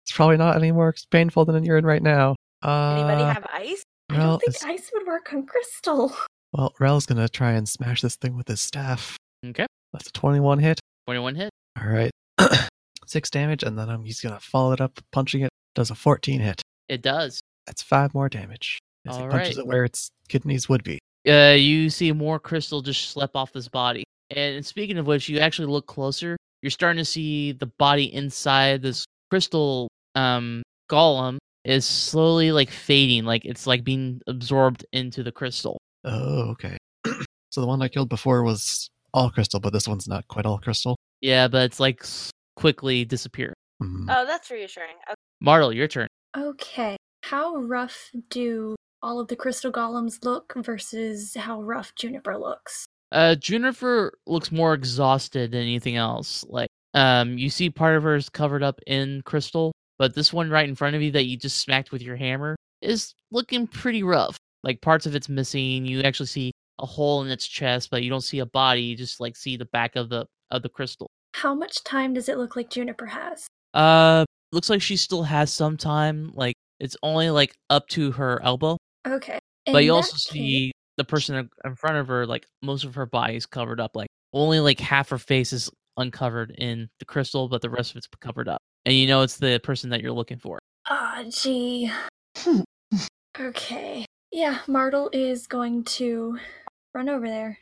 Speaker 2: It's probably not any more painful than you're in right now. Uh,
Speaker 6: Anybody have ice?
Speaker 2: Rel
Speaker 4: don't think
Speaker 2: is-
Speaker 4: ice would work on crystal.
Speaker 2: well, Rel's gonna try and smash this thing with his staff.
Speaker 1: okay.
Speaker 2: That's a 21 hit.
Speaker 1: Twenty one hit.
Speaker 2: All right, six damage, and then I'm he's gonna follow it up, punching it. Does a 14 hit.
Speaker 1: It does.
Speaker 2: That's five more damage. As
Speaker 1: All
Speaker 2: he punches
Speaker 1: right.
Speaker 2: it where its kidneys would be.
Speaker 1: Uh, you see more crystal just slip off this body. And speaking of which, you actually look closer. You're starting to see the body inside this crystal um golem is slowly like fading, like it's like being absorbed into the crystal.
Speaker 2: Oh, okay. so the one I killed before was all crystal, but this one's not quite all crystal.
Speaker 1: Yeah, but it's like s- quickly disappear.
Speaker 2: Hmm.
Speaker 6: Oh, that's reassuring. Okay.
Speaker 1: Martel, your turn.
Speaker 4: Okay. How rough do all of the crystal golems look versus how rough Juniper looks?
Speaker 1: Uh, Juniper looks more exhausted than anything else. Like, um, you see part of her is covered up in crystal, but this one right in front of you that you just smacked with your hammer is looking pretty rough. Like, parts of it's missing. You actually see a hole in its chest, but you don't see a body. You just like see the back of the of the crystal.
Speaker 4: How much time does it look like Juniper has?
Speaker 1: Uh, looks like she still has some time. Like, it's only like up to her elbow.
Speaker 4: Okay.
Speaker 1: but
Speaker 4: In
Speaker 1: you
Speaker 4: that
Speaker 1: also
Speaker 4: case-
Speaker 1: see the person in- in front of her like most of her body is covered up like only like half her face is uncovered in the crystal but the rest of it's covered up and you know it's the person that you're looking for
Speaker 4: Ah, gee. okay. Yeah, Martle is going to run over there,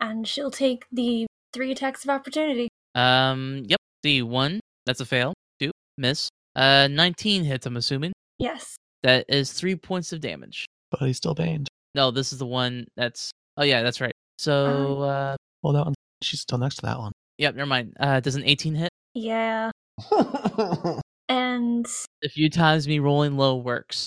Speaker 4: and she'll take the three attacks of opportunity.
Speaker 1: um yep see one that's a fail two miss uh 19 hits i'm assuming
Speaker 4: Yes.
Speaker 1: that is three points of damage
Speaker 2: But he's still banned.
Speaker 1: no this is the one that's oh yeah that's right
Speaker 4: Uh-huh.
Speaker 1: so uh
Speaker 2: Well, that one. She's still next to that one.
Speaker 1: yep never mind uh does an 18 hit
Speaker 4: Yeah. And
Speaker 1: a few times me rolling low works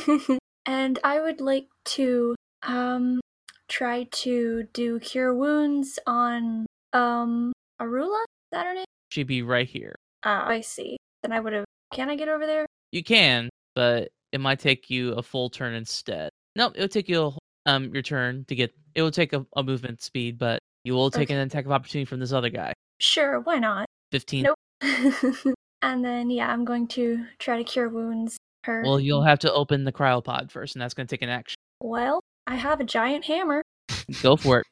Speaker 4: and I would like to um try to do cure wounds on um Arula Saturday.
Speaker 1: she'd be right here
Speaker 4: Ah, I see. Then I would have. Can I get over there?
Speaker 1: You can, but it might take you a full turn instead. Nope, it'll take you a, wh- um your turn to get. It will take a, a movement speed, but you will take
Speaker 4: Okay.
Speaker 1: an attack of opportunity from this other guy.
Speaker 4: Sure. Why not?
Speaker 1: Fifteen.
Speaker 4: Nope. and then yeah, I'm going to try to cure wounds. Her.
Speaker 1: Well, you'll have to open the cryopod first, and that's going to take an action.
Speaker 4: Well, I have a giant hammer.
Speaker 1: Go for it.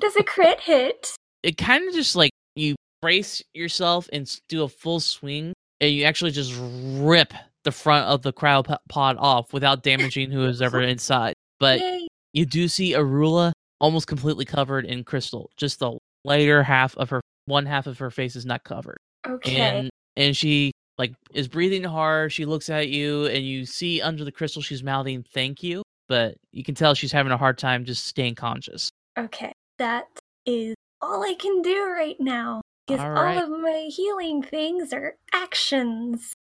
Speaker 4: Does a crit hit?
Speaker 1: It kind of just like you brace yourself and s- do a full swing, and you actually just rip the front of the cryopod off without damaging who is ever inside. But
Speaker 4: Yay.
Speaker 1: you do see Arula almost completely covered in crystal. Just the later half of her, one half of her face is not covered,
Speaker 4: Okay.
Speaker 1: and and she like is breathing hard. She looks at you, and you see under the crystal she's mouthing "thank you," but you can tell she's having a hard time just staying conscious.
Speaker 4: Okay, that is all I can do right now. Because all,
Speaker 1: All right.
Speaker 4: of my healing things are actions.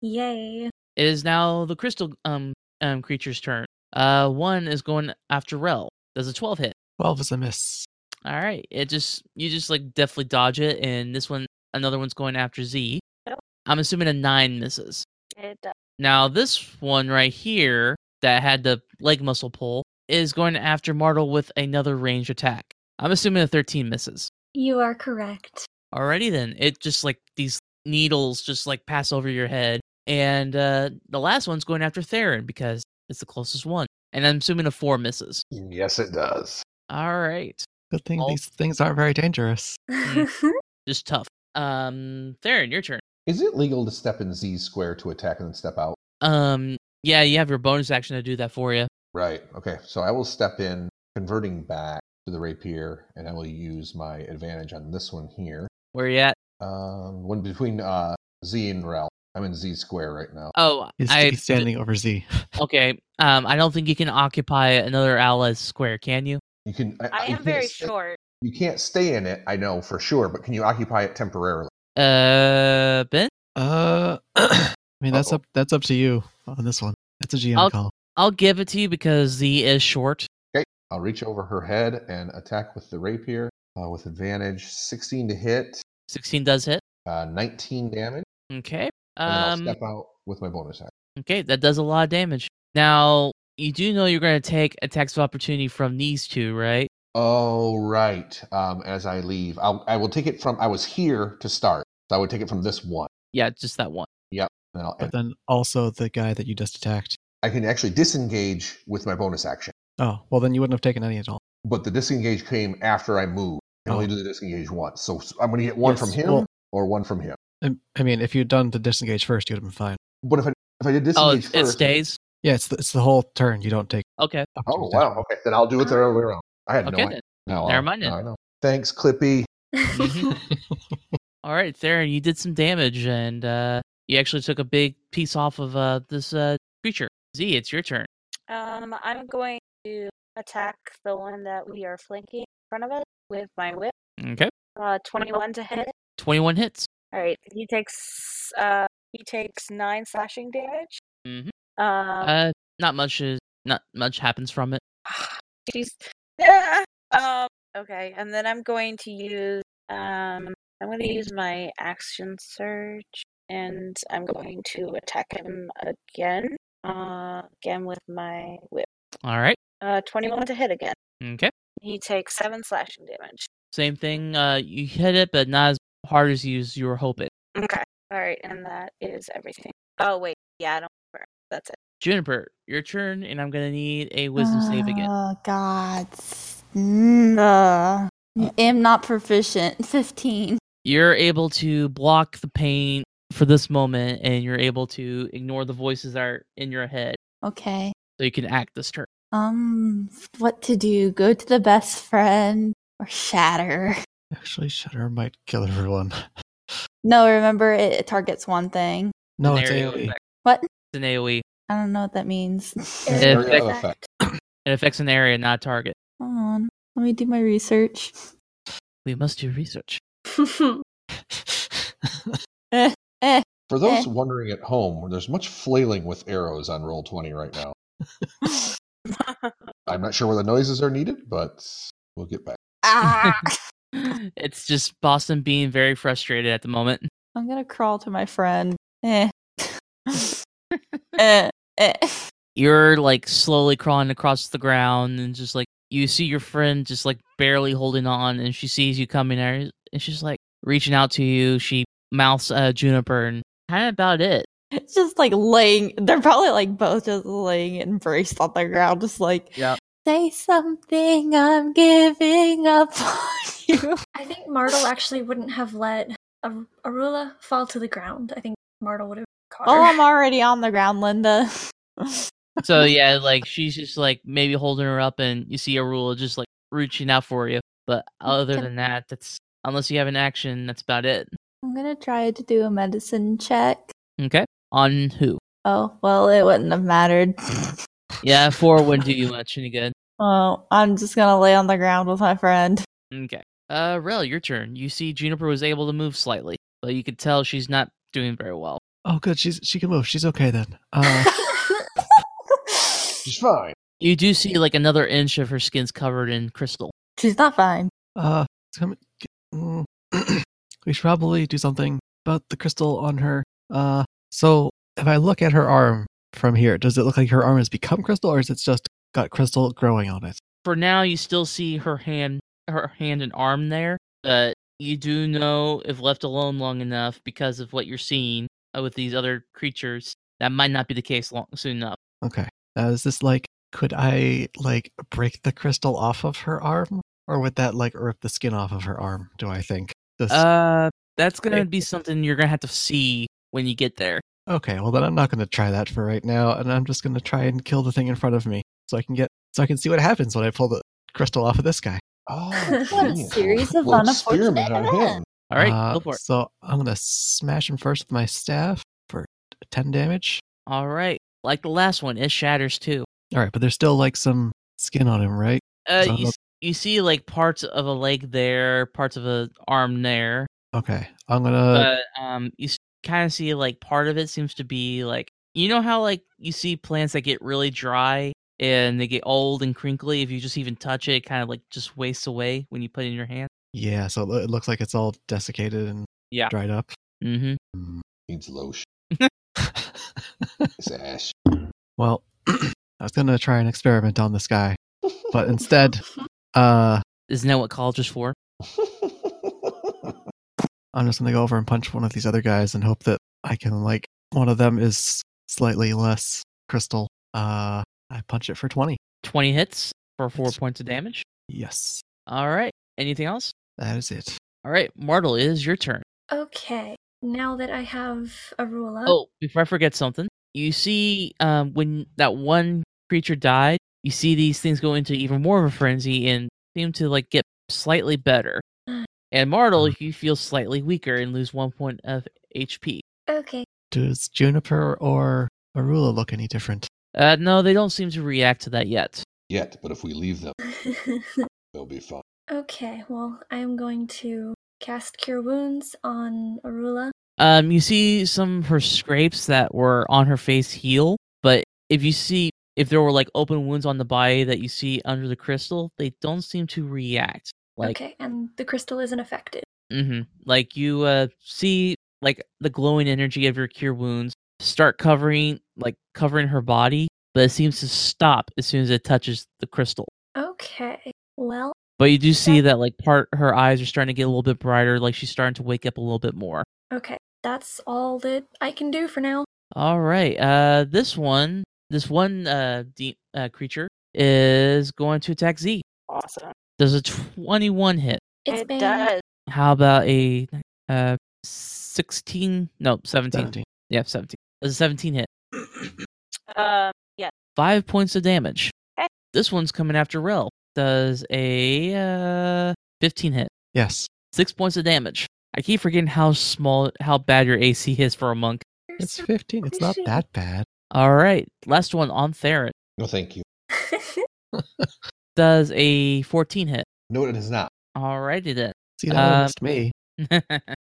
Speaker 4: Yay.
Speaker 1: It is now the crystal um um creature's turn. Uh, one is going after Rel. Does a twelve hit?
Speaker 2: Twelve is a miss.
Speaker 1: All right. It just you just like definitely dodge it, and this one another one's going after Z.
Speaker 6: Yep.
Speaker 1: I'm assuming a nine misses.
Speaker 6: It uh, does.
Speaker 1: Now this one right here that had the leg muscle pull is going after Martel with another range attack. I'm assuming a 13 misses.
Speaker 4: You are correct.
Speaker 1: Alrighty then. It just like these needles just like pass over your head. And uh the last one's going after Theron because it's the closest one. And I'm assuming a four misses.
Speaker 3: yes, it does.
Speaker 1: Alright.
Speaker 2: Good thing
Speaker 1: Oh.
Speaker 2: these things aren't very dangerous.
Speaker 1: Just tough. Um Theron, your turn.
Speaker 3: Is it legal to step in Z square to attack and then step out?
Speaker 1: Um yeah, you have your bonus action to do that for you.
Speaker 3: Right. Okay. So I will step in, converting back to the rapier, and I will use my advantage on this one here.
Speaker 1: Where you at?
Speaker 3: Um, one between uh, Z and Rel. I'm in Z square right now.
Speaker 1: Oh,
Speaker 2: He's,
Speaker 1: I
Speaker 2: he's standing over Z.
Speaker 1: Okay. Um, I don't think you can occupy another ally's square, can you?
Speaker 3: You can. I,
Speaker 6: I
Speaker 3: you
Speaker 6: am
Speaker 3: can't
Speaker 6: very
Speaker 3: stay-
Speaker 6: short.
Speaker 3: You can't stay in it. I know for sure, but can you occupy it temporarily?
Speaker 1: Uh, Ben,
Speaker 2: Uh, I mean that's
Speaker 3: Uh-oh.
Speaker 2: up that's up to you on this one. That's a GM
Speaker 1: I'll-
Speaker 2: call.
Speaker 1: I'll give it to you because Z is short.
Speaker 3: I'll reach over her head and attack with the rapier uh, with advantage. 16 to hit,
Speaker 1: Sixteen does hit.
Speaker 3: uh, 19 damage,
Speaker 1: Okay.
Speaker 3: and then
Speaker 1: Um.
Speaker 3: I'll step out with my bonus action.
Speaker 1: Okay, that does a lot of damage. Now you do know you're going to take attacks of opportunity from these two, right?
Speaker 3: Oh right. Um, as I leave, I'll, I will take it from. I was here to start, so I would take it from this one.
Speaker 1: Yeah, just that one.
Speaker 3: And I'll,
Speaker 1: uh,
Speaker 2: But then also the guy that you just attacked.
Speaker 3: I can actually disengage with my bonus action,
Speaker 2: Oh, well then you wouldn't have taken any at all.
Speaker 3: but the disengage came after I moved. I only
Speaker 2: Oh.
Speaker 3: do the disengage once, so s- I'm going to get one
Speaker 2: Yes,
Speaker 3: from him
Speaker 2: well-
Speaker 3: or one from him.
Speaker 2: I, I mean, if you'd done the disengage first, you'd have been fine.
Speaker 3: But if I if I did
Speaker 1: Oh,
Speaker 3: disengage
Speaker 1: it, it
Speaker 3: first,
Speaker 1: stays.
Speaker 2: Yeah, it's the, it's the whole turn. You don't take.
Speaker 1: Okay.
Speaker 3: Oh wow. Okay, then I'll do it the other way around. I had
Speaker 1: Okay.
Speaker 3: no idea.
Speaker 1: then.
Speaker 3: No,
Speaker 1: Never
Speaker 3: I-
Speaker 1: mind then.
Speaker 3: no, I know. Thanks, Clippy.
Speaker 1: Mm-hmm. All right, Theron, you did some damage, and uh, you actually took a big piece off of uh, this uh, creature. Z, it's your turn.
Speaker 6: Um, I'm going to attack the one that we are flanking in front of us with my whip.
Speaker 1: Okay.
Speaker 6: Uh, 21 to hit.
Speaker 1: Twenty-one hits.
Speaker 6: All right, he takes uh he takes nine slashing damage.
Speaker 1: Mhm.
Speaker 6: Um,
Speaker 1: Uh, not much is not much happens from it.
Speaker 6: she's Ah, um okay, and then I'm going to use um I'm going to use my action surge and I'm going to attack him again. Uh, again with my whip.
Speaker 1: All right.
Speaker 6: Uh, 21 to hit again.
Speaker 1: Okay.
Speaker 6: He takes seven slashing damage.
Speaker 1: Same thing. Uh, you hit it, but not as hard as you as you were hoping.
Speaker 6: Okay. All right, and that is everything. Oh wait, yeah, I don't remember. That's it.
Speaker 1: Juniper, your turn, and I'm gonna need a wisdom save again.
Speaker 5: Oh God. No. I'm not proficient. Fifteen.
Speaker 1: You're able to block the pain for this moment, and you're able to ignore the voices that are in your head,
Speaker 5: Okay.
Speaker 1: so you can act this turn.
Speaker 5: Um, what to do? Go to the best friend or shatter?
Speaker 2: Actually, Shutter might kill everyone.
Speaker 5: No, remember it, it targets one thing.
Speaker 2: No,
Speaker 1: An
Speaker 2: Oh, it's E.
Speaker 1: area
Speaker 2: AoE.
Speaker 1: effect.
Speaker 5: What?
Speaker 1: It's an E. AOE.
Speaker 5: I don't know what that means.
Speaker 1: Area
Speaker 4: Area
Speaker 3: effect.
Speaker 1: It affects an area, not a target.
Speaker 5: Hold on. Let me do my research.
Speaker 1: We must do research.
Speaker 4: effect.
Speaker 3: For those
Speaker 5: Eh.
Speaker 3: wondering at home, there's much flailing with arrows on roll twenty right now. I'm not sure where the noises are needed, but we'll get back.
Speaker 5: Ah!
Speaker 1: it's just Boston being very frustrated at the moment.
Speaker 5: I'm gonna crawl to my friend. Eh. eh. Eh.
Speaker 1: You're like slowly crawling across the ground, and just like you see your friend just like barely holding on, and she sees you coming there, and she's like reaching out to you. She mouths uh, Juniper, and kind of about it.
Speaker 5: It's just like laying. They're probably like both just laying embraced on the ground, just like
Speaker 1: Yeah.
Speaker 5: say something. I'm giving up on you.
Speaker 4: I think Martle actually wouldn't have let Ar- Arula fall to the ground. I think Martle would have caught
Speaker 5: Oh,
Speaker 4: her.
Speaker 5: I'm already on the ground, Linda.
Speaker 1: So yeah, like she's just like maybe holding her up, and you see Arula just like reaching out for you. But other
Speaker 5: Can-
Speaker 1: than that, that's unless you have an action, that's about it.
Speaker 5: I'm gonna try to do a medicine check.
Speaker 1: Okay, on who?
Speaker 5: Oh well, it wouldn't have mattered.
Speaker 1: Yeah, four wouldn't do you much any good.
Speaker 5: Well, Oh, I'm just gonna lay on the ground with my friend.
Speaker 1: Okay. Uh, Rel, your turn. You see Juniper was able to move slightly, but you could tell she's not doing very well.
Speaker 2: Oh, good. She's she can move. She's okay then. Uh,
Speaker 3: She's fine.
Speaker 1: You do see like another inch of her skin's covered in crystal.
Speaker 5: She's not fine.
Speaker 2: uh, come, mm, we should probably do something about the crystal on her. Uh, so if I look at her arm from here, does it look like her arm has become crystal, or is it just got crystal growing on it?
Speaker 1: For now, you still see her hand, her hand and arm there, but you do know if left alone long enough, because of what you're seeing uh, with these other creatures, that might not be the case long soon enough.
Speaker 2: Okay. Now is this like could I like break the crystal off of her arm, or would that like rip the skin off of her arm? Do I think this?
Speaker 1: Uh, that's gonna be something you're gonna have to see when you get there.
Speaker 2: Okay, well then I'm not going to try that for right now, and I'm just going to try and kill the thing in front of me, so I can get so I can see what happens when I pull the crystal off of this guy.
Speaker 3: Oh,
Speaker 4: What a
Speaker 3: genius.
Speaker 5: series of
Speaker 3: We'll experiment
Speaker 5: unfortunate
Speaker 3: on
Speaker 5: events.
Speaker 3: him.
Speaker 1: All right,
Speaker 2: Uh,
Speaker 1: go for it.
Speaker 2: So I'm going to smash him first with my staff for ten damage.
Speaker 1: All right, like the last one, it shatters too.
Speaker 2: All right, but there's still like some skin on him, right?
Speaker 1: Uh,
Speaker 2: So
Speaker 1: you,
Speaker 2: the-
Speaker 1: s- you see like parts of a leg there, parts of a arm there,
Speaker 2: Okay, I'm gonna.
Speaker 1: but um, you kind of see like part of it seems to be like you know how like you see plants that get really dry and they get old and crinkly. If you just even touch it, it kind of like just wastes away when you put it in your hand.
Speaker 2: yeah, so it lo- it looks like it's all desiccated and
Speaker 1: Yeah.
Speaker 2: dried up.
Speaker 1: Mm-hmm.
Speaker 2: Hmm.
Speaker 3: Needs lotion. His ass.
Speaker 2: well, I was gonna try an experiment on this guy, but instead, uh,
Speaker 1: Isn't that what college is for?
Speaker 2: I'm just gonna go over and punch one of these other guys and hope that I can like one of them is slightly less crystal. Uh I punch it for twenty.
Speaker 1: Twenty hits for four
Speaker 2: That's-
Speaker 1: points of damage.
Speaker 2: Yes.
Speaker 1: All right. Anything else?
Speaker 2: That is it.
Speaker 1: All right, Martle, it is your turn.
Speaker 4: okay, now that I have Arula.
Speaker 1: Oh, before I forget something, you see um, when that one creature died, you see these things go into even more of a frenzy and seem to like get slightly better. And Martle, you feel slightly weaker and lose one point of HP.
Speaker 4: Okay.
Speaker 2: Does Juniper or Arula look any different?
Speaker 1: Uh, no, they don't seem to react to that yet.
Speaker 3: Yet, but if we leave them, they'll be fine.
Speaker 4: okay, well, I'm going to cast Cure Wounds on Arula.
Speaker 1: Um, you see some of her scrapes that were on her face heal, but if you see if there were like open wounds on the body that you see under the crystal, they don't seem to react. Like
Speaker 4: okay, and the crystal isn't affected.
Speaker 1: hmm Like you uh, see, like the glowing energy of your cure wounds start covering, like covering her body, but it seems to stop as soon as it touches the crystal.
Speaker 4: Okay, well,
Speaker 1: But you do see
Speaker 4: Okay.
Speaker 1: that like part her eyes are starting to get a little bit brighter, like she's starting to wake up a little bit more.
Speaker 4: okay, that's all that I can do for now.
Speaker 1: All right. Uh, this one, this one uh, de- uh creature is going to attack Z.
Speaker 6: Awesome.
Speaker 1: Does a twenty-one hit?
Speaker 4: It's
Speaker 6: it
Speaker 4: been
Speaker 6: does.
Speaker 1: How about a uh sixteen? No, seventeen.
Speaker 2: 17.
Speaker 1: Yeah, seventeen. Does a seventeen hit?
Speaker 6: Um,
Speaker 1: Five points of damage.
Speaker 6: Okay.
Speaker 1: This one's coming after Rel. Does a uh fifteen hit?
Speaker 2: Yes.
Speaker 1: Six points of damage. I keep forgetting how small, how bad your AC is for a monk.
Speaker 4: You're
Speaker 2: It's
Speaker 4: so
Speaker 2: 15. It's not
Speaker 4: squishy.
Speaker 2: that bad.
Speaker 1: All right, last one on Theron.
Speaker 3: No, thank you.
Speaker 1: Does a fourteen hit?
Speaker 3: No, it is not.
Speaker 1: Alrighty then.
Speaker 2: See, that
Speaker 1: Um,
Speaker 2: missed me.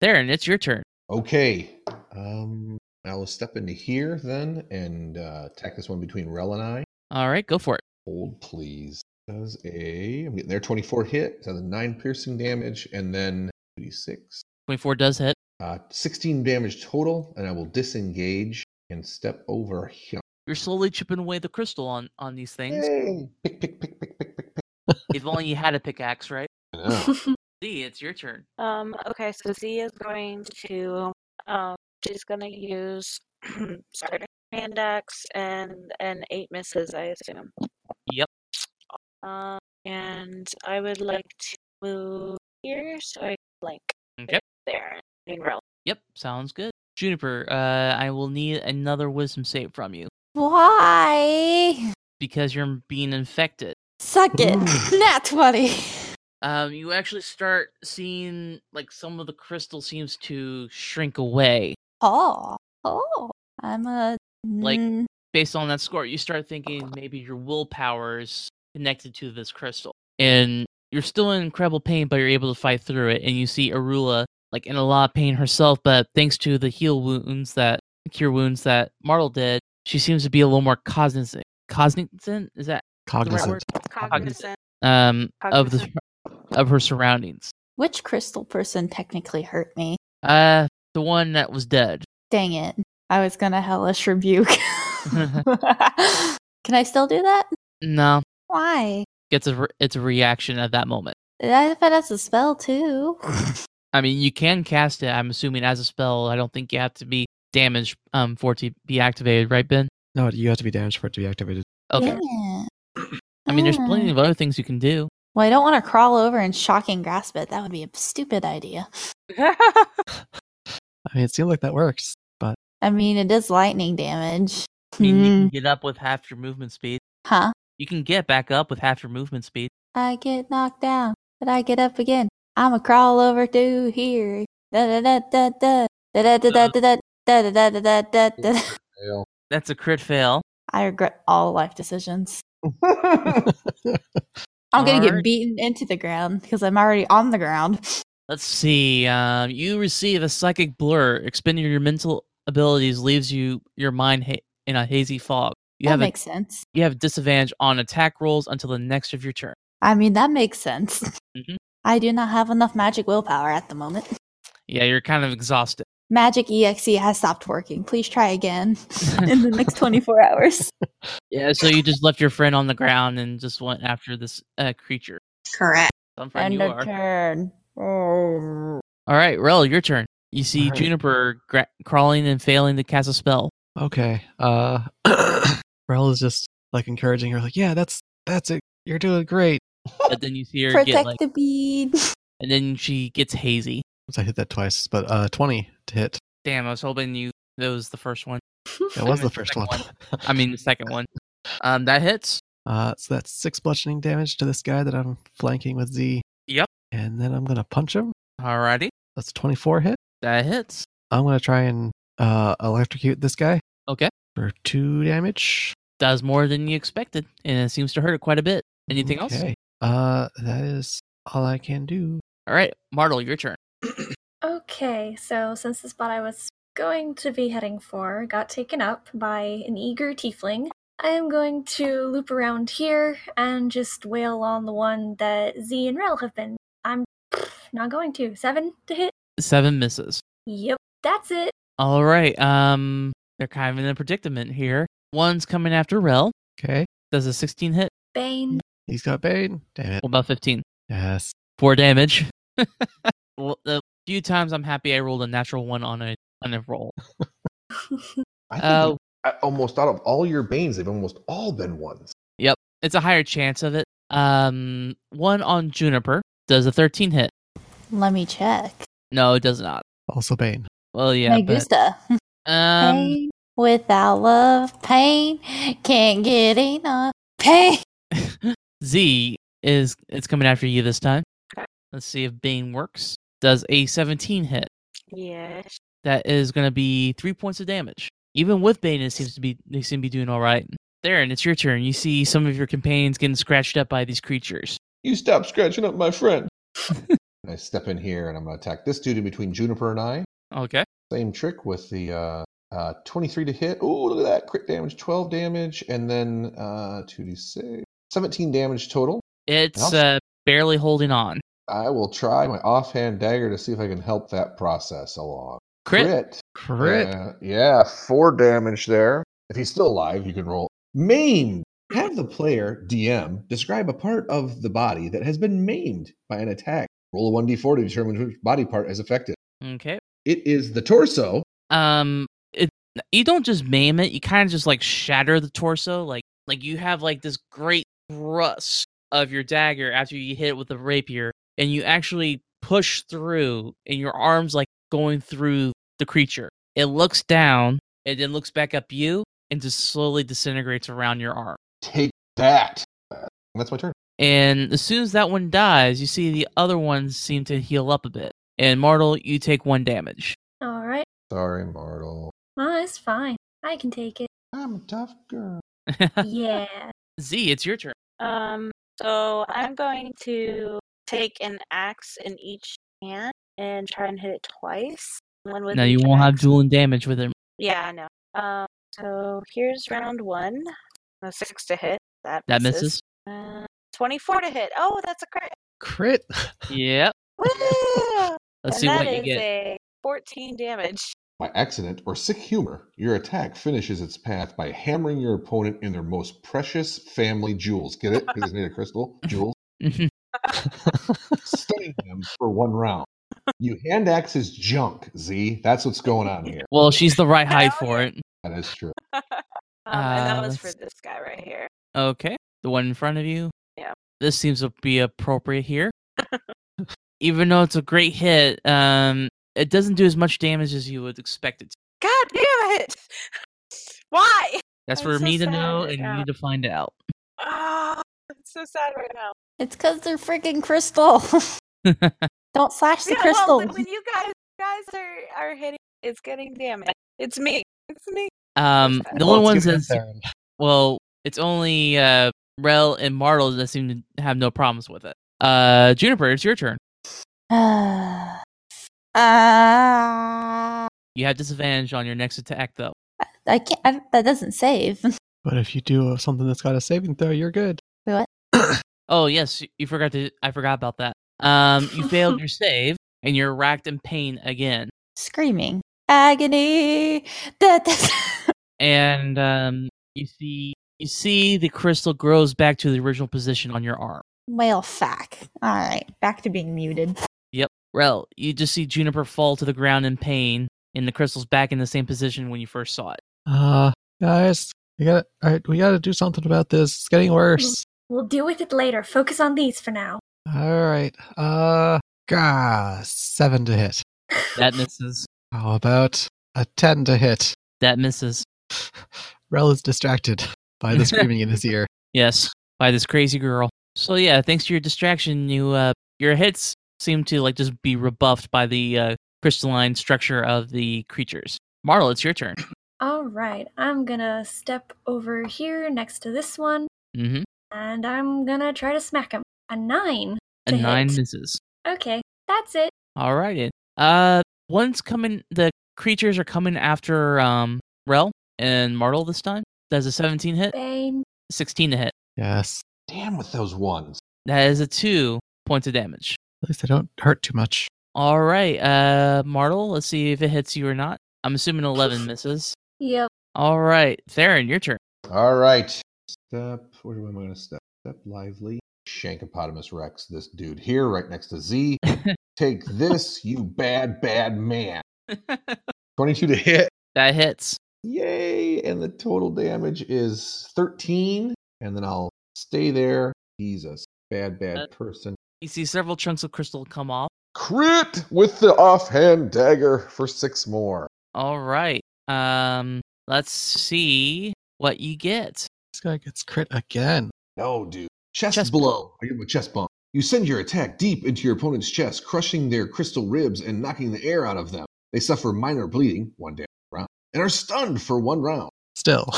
Speaker 1: Theron, it's your turn.
Speaker 3: Okay. Um, I will step into here then and uh, attack this one between Rel and I.
Speaker 1: All right, go for it.
Speaker 3: Hold, please. Does a I'm getting there 24 hit, so the nine piercing damage, and then 26.
Speaker 1: 24 does hit.
Speaker 3: Uh, 16 damage total, and I will disengage and step over here.
Speaker 1: You're slowly chipping away the crystal on on these things.
Speaker 3: Yay! Pick, pick, pick, pick, pick, pick, pick.
Speaker 1: if only you had a pickaxe, right?
Speaker 3: I
Speaker 4: Oh,
Speaker 3: know.
Speaker 1: Z, it's your turn.
Speaker 6: Um, okay, so Z is going to um she's gonna use sorry hand axe and and eight misses, I assume.
Speaker 1: Yep.
Speaker 6: Um and I would like to move here so I can blink
Speaker 1: Okay.
Speaker 6: there in rel.
Speaker 1: Yep, sounds good. Juniper, uh, I will need another wisdom save from you
Speaker 5: Why?
Speaker 1: because you're being infected.
Speaker 5: Suck it. Nat 20.
Speaker 1: Um, you actually start seeing like some of the crystal seems to shrink away
Speaker 5: Oh. Oh. I'm a.
Speaker 1: Like-
Speaker 5: Mm,
Speaker 1: based on that score, you start thinking maybe your willpower is connected to this crystal. And you're still in incredible pain, but you're able to fight through it. And you see Arula like in a lot of pain herself, but thanks to the heal wounds that cure wounds that Martle did, she seems to be a little more cognizant. Cognizant is that
Speaker 2: Cognizant.
Speaker 1: Cognizant.
Speaker 6: Cognizant.
Speaker 1: um of the
Speaker 6: Cognizant.
Speaker 1: of her surroundings.
Speaker 5: which crystal person technically hurt me?
Speaker 1: Uh, the one that was dead.
Speaker 5: Dang it. I was going to hellish rebuke. Can I still do that?
Speaker 1: No,
Speaker 5: Why?
Speaker 1: it's a re- it's a reaction at that moment.
Speaker 5: I bet that's a spell too.
Speaker 1: I mean, you can cast it. I'm assuming as a spell. I don't think you have to be damaged um for it to be activated, right, Ben?
Speaker 2: No, you have to be damaged for it to be activated.
Speaker 1: Okay.
Speaker 5: Dang it.
Speaker 1: I mean, there's
Speaker 5: Ah.
Speaker 1: plenty of other things you can do.
Speaker 5: Well, I don't want to crawl over and shocking grasp it. That would be a stupid idea.
Speaker 2: I mean, it seemed like that works.
Speaker 5: I mean, it is lightning damage.
Speaker 1: I mean, you
Speaker 5: Hmm.
Speaker 1: can get up with half your movement speed.
Speaker 5: Huh?
Speaker 1: You can get back up with half your movement speed.
Speaker 5: I get knocked down, but I get up again. I'm a crawl over to here. Da da da da da da da da da da da da da da da da da.
Speaker 3: Fail.
Speaker 1: That's a crit fail.
Speaker 5: I regret all life decisions.
Speaker 2: But
Speaker 5: I'm gonna get
Speaker 1: Alright.
Speaker 5: beaten into the ground because I'm already on the ground.
Speaker 1: Let's see. Um, you receive a psychic blur. Expending your mental abilities leaves you your mind ha- in a hazy fog. You
Speaker 5: that
Speaker 1: have a
Speaker 5: makes sense.
Speaker 1: you have disadvantage on attack rolls until the next of your turn.
Speaker 5: I mean, that makes sense.
Speaker 1: Mhm.
Speaker 5: I do not have enough magic willpower at the moment.
Speaker 1: Yeah, you're kind of exhausted.
Speaker 5: Magic EXE has stopped working. Please try again in the next 24 hours.
Speaker 1: Yeah, so you just left your friend on the ground and just went after this uh, creature.
Speaker 7: Correct.
Speaker 1: Some friend
Speaker 5: End
Speaker 1: you
Speaker 5: of
Speaker 1: are.
Speaker 5: turn. Oh.
Speaker 1: All right, Rel, your turn. You see
Speaker 2: All right.
Speaker 1: Juniper gra- crawling and failing to cast a spell.
Speaker 2: okay. Uh, Rel is just like encouraging her, like, yeah, that's that's it. You're doing great.
Speaker 1: But then you see her get
Speaker 5: Protect
Speaker 1: like,
Speaker 5: the bead.
Speaker 1: and then she gets hazy.
Speaker 2: I hit that twice, but uh, 20 to hit.
Speaker 1: Damn, I was hoping you that was the first one.
Speaker 2: That
Speaker 1: meant
Speaker 2: was the
Speaker 1: the
Speaker 2: first
Speaker 1: second
Speaker 2: one.
Speaker 1: I mean, the second one. Um, that hits.
Speaker 2: Uh, so that's six bludgeoning damage to this guy that I'm flanking with Z.
Speaker 1: Yep.
Speaker 2: And then I'm gonna punch him.
Speaker 1: Alrighty,
Speaker 2: That's a 24 hit.
Speaker 1: that hits.
Speaker 2: I'm gonna try and uh, electrocute this guy.
Speaker 1: Okay.
Speaker 2: For two damage.
Speaker 1: Does more than you expected, and it seems to hurt it quite a bit. Anything else?
Speaker 2: Okay. Uh, that is all I can do.
Speaker 1: All right, Martel, your turn.
Speaker 4: Okay, so since the spot I was going to be heading for got taken up by an eager tiefling, I am going to loop around here and just wail on the one that Z and Rel have been. I'm not going to. Seven to hit?
Speaker 1: Seven misses.
Speaker 4: Yep, that's it.
Speaker 1: All right. Um, they're kind of in a predicament here. One's coming after Rel.
Speaker 2: Okay.
Speaker 1: Does a 16 hit?
Speaker 4: Bane.
Speaker 2: He's got Bane. Damn it.
Speaker 1: Well, about 15.
Speaker 2: Yes.
Speaker 1: Four damage. well, the few times I'm happy I rolled a natural one on a on a roll.
Speaker 3: I think
Speaker 1: Uh,
Speaker 3: I, almost out of all your banes, they've almost all been ones.
Speaker 1: it's a higher chance of it. Um, one on Juniper does a 13 hit.
Speaker 5: Let me check.
Speaker 1: No, it does not.
Speaker 2: Also Bane.
Speaker 1: Well, yeah,
Speaker 5: Me
Speaker 1: but
Speaker 5: gusta.
Speaker 1: um,
Speaker 5: pain without love, pain can't get enough. Pain.
Speaker 1: um, Z is it's coming after you this time. Let's see if Bane works. Does a 17 hit?
Speaker 6: Yes.
Speaker 1: That is going to be three points of damage. Even with Bane, it seems to be they seem to be doing all right. Theron, it's your turn. You see some of your companions getting scratched up by these creatures.
Speaker 3: You stop scratching up my friend. I step in here and I'm going to attack this dude in between Juniper and I.
Speaker 1: Okay.
Speaker 3: Same trick with the uh, uh, 23 to hit. Oh, look at that. Crit damage, 12 damage, and then uh, 2d6. 17 damage total.
Speaker 1: It's
Speaker 3: Awesome.
Speaker 1: uh, barely holding on.
Speaker 3: I will try my offhand dagger to see if I can help that process along.
Speaker 1: Crit.
Speaker 2: Crit.
Speaker 3: Yeah, yeah, four damage there. If he's still alive, you can roll. Maimed. Have the player, DM, describe a part of the body that has been maimed by an attack. Roll a 1d4 to determine which body part is affected.
Speaker 1: Okay.
Speaker 3: It is the torso.
Speaker 1: Um, it, you don't just maim it. You kind of just like shatter the torso. Like like you have like this great thrust of your dagger after you hit it with the rapier, and you actually push through, and your arms like going through the creature. It looks down, and then looks back up you, and just slowly disintegrates around your arm.
Speaker 3: Take that. That's my turn.
Speaker 1: And as soon as that one dies, you see the other ones seem to heal up a bit. And Martel, you take one damage.
Speaker 4: All right.
Speaker 3: Sorry, mortal.
Speaker 4: Well, it's fine. I can take it.
Speaker 3: I'm a tough girl.
Speaker 4: Yeah.
Speaker 1: Z, it's your turn.
Speaker 6: Um, so I'm going to take an axe in each hand and try and hit it twice. One with
Speaker 1: Now you
Speaker 6: each
Speaker 1: won't have
Speaker 6: axe.
Speaker 1: dueling damage with him.
Speaker 6: Yeah, I know. Um, so here's round one. A six to hit. That
Speaker 1: That misses.
Speaker 6: Uh, Twenty-four to hit. Oh, that's a crit.
Speaker 2: Crit.
Speaker 1: Yep.
Speaker 6: Woo!
Speaker 1: Let's
Speaker 6: and
Speaker 1: see
Speaker 6: that
Speaker 1: what you
Speaker 6: is
Speaker 1: get.
Speaker 6: a Fourteen damage.
Speaker 3: By accident or sick humor, your attack finishes its path by hammering your opponent in their most precious family jewels. Get it? Because it's made of crystal. Jewels.
Speaker 1: Mhm.
Speaker 3: stunning him for one round. You hand axe his junk, Z. That's what's going on here.
Speaker 1: well, she's the right height
Speaker 6: Hell
Speaker 1: for
Speaker 6: oh, yeah.
Speaker 1: it.
Speaker 3: That is true.
Speaker 6: Um, and
Speaker 1: Uh,
Speaker 6: that was for
Speaker 1: let's-
Speaker 6: this guy right here.
Speaker 1: Okay. The one in front of you.
Speaker 6: Yeah.
Speaker 1: This seems to be appropriate here. Even though it's a great hit, um, it doesn't do as much damage as you would expect it to.
Speaker 6: God damn it! Why?
Speaker 1: That's
Speaker 6: I'm
Speaker 1: for
Speaker 6: so
Speaker 1: me to
Speaker 6: sad
Speaker 1: know
Speaker 6: right
Speaker 1: and
Speaker 6: now.
Speaker 1: you to find out.
Speaker 6: Oh, I'm so sad right now.
Speaker 5: It's because they're freaking crystal. Don't slash the
Speaker 6: Yeah,
Speaker 5: crystal.
Speaker 6: well, when- when you guys guys are are hitting, it's getting damage. It's me. It's me.
Speaker 1: um,
Speaker 6: sad.
Speaker 1: the
Speaker 2: Well,
Speaker 1: only
Speaker 2: let's
Speaker 1: ones
Speaker 2: give it
Speaker 1: that's
Speaker 2: to Theron.
Speaker 1: well, it's only uh, Rel and Martel that seem to have no problems with it. Uh, Juniper, it's your turn.
Speaker 5: Ah. Ah.
Speaker 1: You have disadvantage on your next attack, though.
Speaker 5: I can't. I, that doesn't save.
Speaker 2: But if you do something that's got a saving throw, you're good.
Speaker 1: Oh yes, y- you forgot to. I forgot about that. Um, you failed your save, and you're racked in pain again.
Speaker 5: Screaming agony. That. That's,
Speaker 1: And um, you see, you see the crystal grows back to the original position on your arm.
Speaker 5: well, fuck. All right, back to being muted.
Speaker 1: Rel, you just see Juniper fall to the ground in pain, and the crystal's back in the same position when you first saw it.
Speaker 2: Uh guys, we got all right, we gotta do something about this. It's getting worse.
Speaker 4: We'll deal with it later. Focus on these for now.
Speaker 2: Alright. Uh gah, seven to hit.
Speaker 1: That misses.
Speaker 2: How about a ten to hit?
Speaker 1: That misses.
Speaker 2: Rel is distracted by the screaming in his ear.
Speaker 1: Yes, by this crazy girl. So yeah, thanks to your distraction, you uh, your hits seem to like just be rebuffed by the uh, crystalline structure of the creatures. Marl, it's your turn.
Speaker 4: All right. I'm gonna step over here next to this one,
Speaker 1: Mm-hmm.
Speaker 4: and I'm gonna try to smack him. A nine.
Speaker 1: A
Speaker 4: to
Speaker 1: nine
Speaker 4: hit.
Speaker 1: misses.
Speaker 4: Okay, that's it.
Speaker 1: All right. Uh, one's coming. The creatures are coming after um Rel and Martel this time. That's a 17
Speaker 2: Uh,
Speaker 1: hit,
Speaker 4: Bane.
Speaker 1: 16 to hit.
Speaker 2: Yes.
Speaker 3: Damn with those ones.
Speaker 1: That is a two points of damage.
Speaker 2: At least they don't hurt too much.
Speaker 1: All right, uh, Martel. Let's see if it hits you or not. I'm assuming 11 misses.
Speaker 4: Yep.
Speaker 1: All right, Theron, your turn.
Speaker 3: All right. Step. Where am I going to step? Step lively. Shankopotamus Rex, this dude here, right next to Z. Take this, you bad, bad man. 22 to hit.
Speaker 1: that hits.
Speaker 3: Yay. And the total damage is 13. And then I'll stay there. He's a bad,
Speaker 1: Uh,
Speaker 3: bad person.
Speaker 1: You see several chunks of crystal come off.
Speaker 3: Crit with the offhand dagger for six more.
Speaker 1: All right. Um, let's see what you get.
Speaker 2: This guy gets crit again.
Speaker 3: No, Oh, dude. Chest,
Speaker 1: Chest
Speaker 3: blow.
Speaker 1: blow.
Speaker 3: I give him a chest bump. You send your attack deep into your opponent's chest, crushing their crystal ribs and knocking the air out of them. They suffer minor bleeding, one damage per round, and are stunned for one round.
Speaker 2: Still.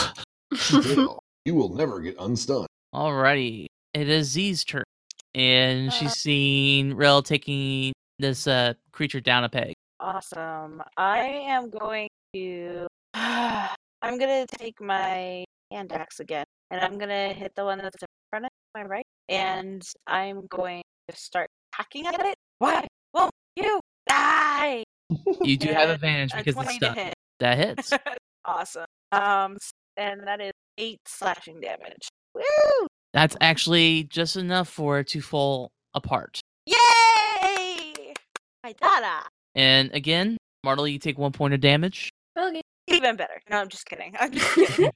Speaker 3: Still, you will never get unstunned.
Speaker 1: Alrighty. It is Z's turn. And
Speaker 6: Uh,
Speaker 1: she's seen Rel taking this uh creature down a peg.
Speaker 6: Awesome. I am going to. I'm gonna take my hand axe again, and I'm gonna hit the one that's in front of my right, and I'm going to start hacking at it. Why won't you die?
Speaker 1: You do have
Speaker 6: Uh,
Speaker 1: advantage
Speaker 6: A
Speaker 1: because it's
Speaker 6: 20 to
Speaker 1: stunned.
Speaker 6: hit.
Speaker 1: That hits.
Speaker 6: awesome. Um, s- and that is eight slashing damage. Woo!
Speaker 1: That's actually just enough for it to fall apart.
Speaker 6: Yay! My data.
Speaker 1: And again, Martel, you take one point of damage.
Speaker 4: okay.
Speaker 6: Even better. No, I'm just kidding. I'm just kidding.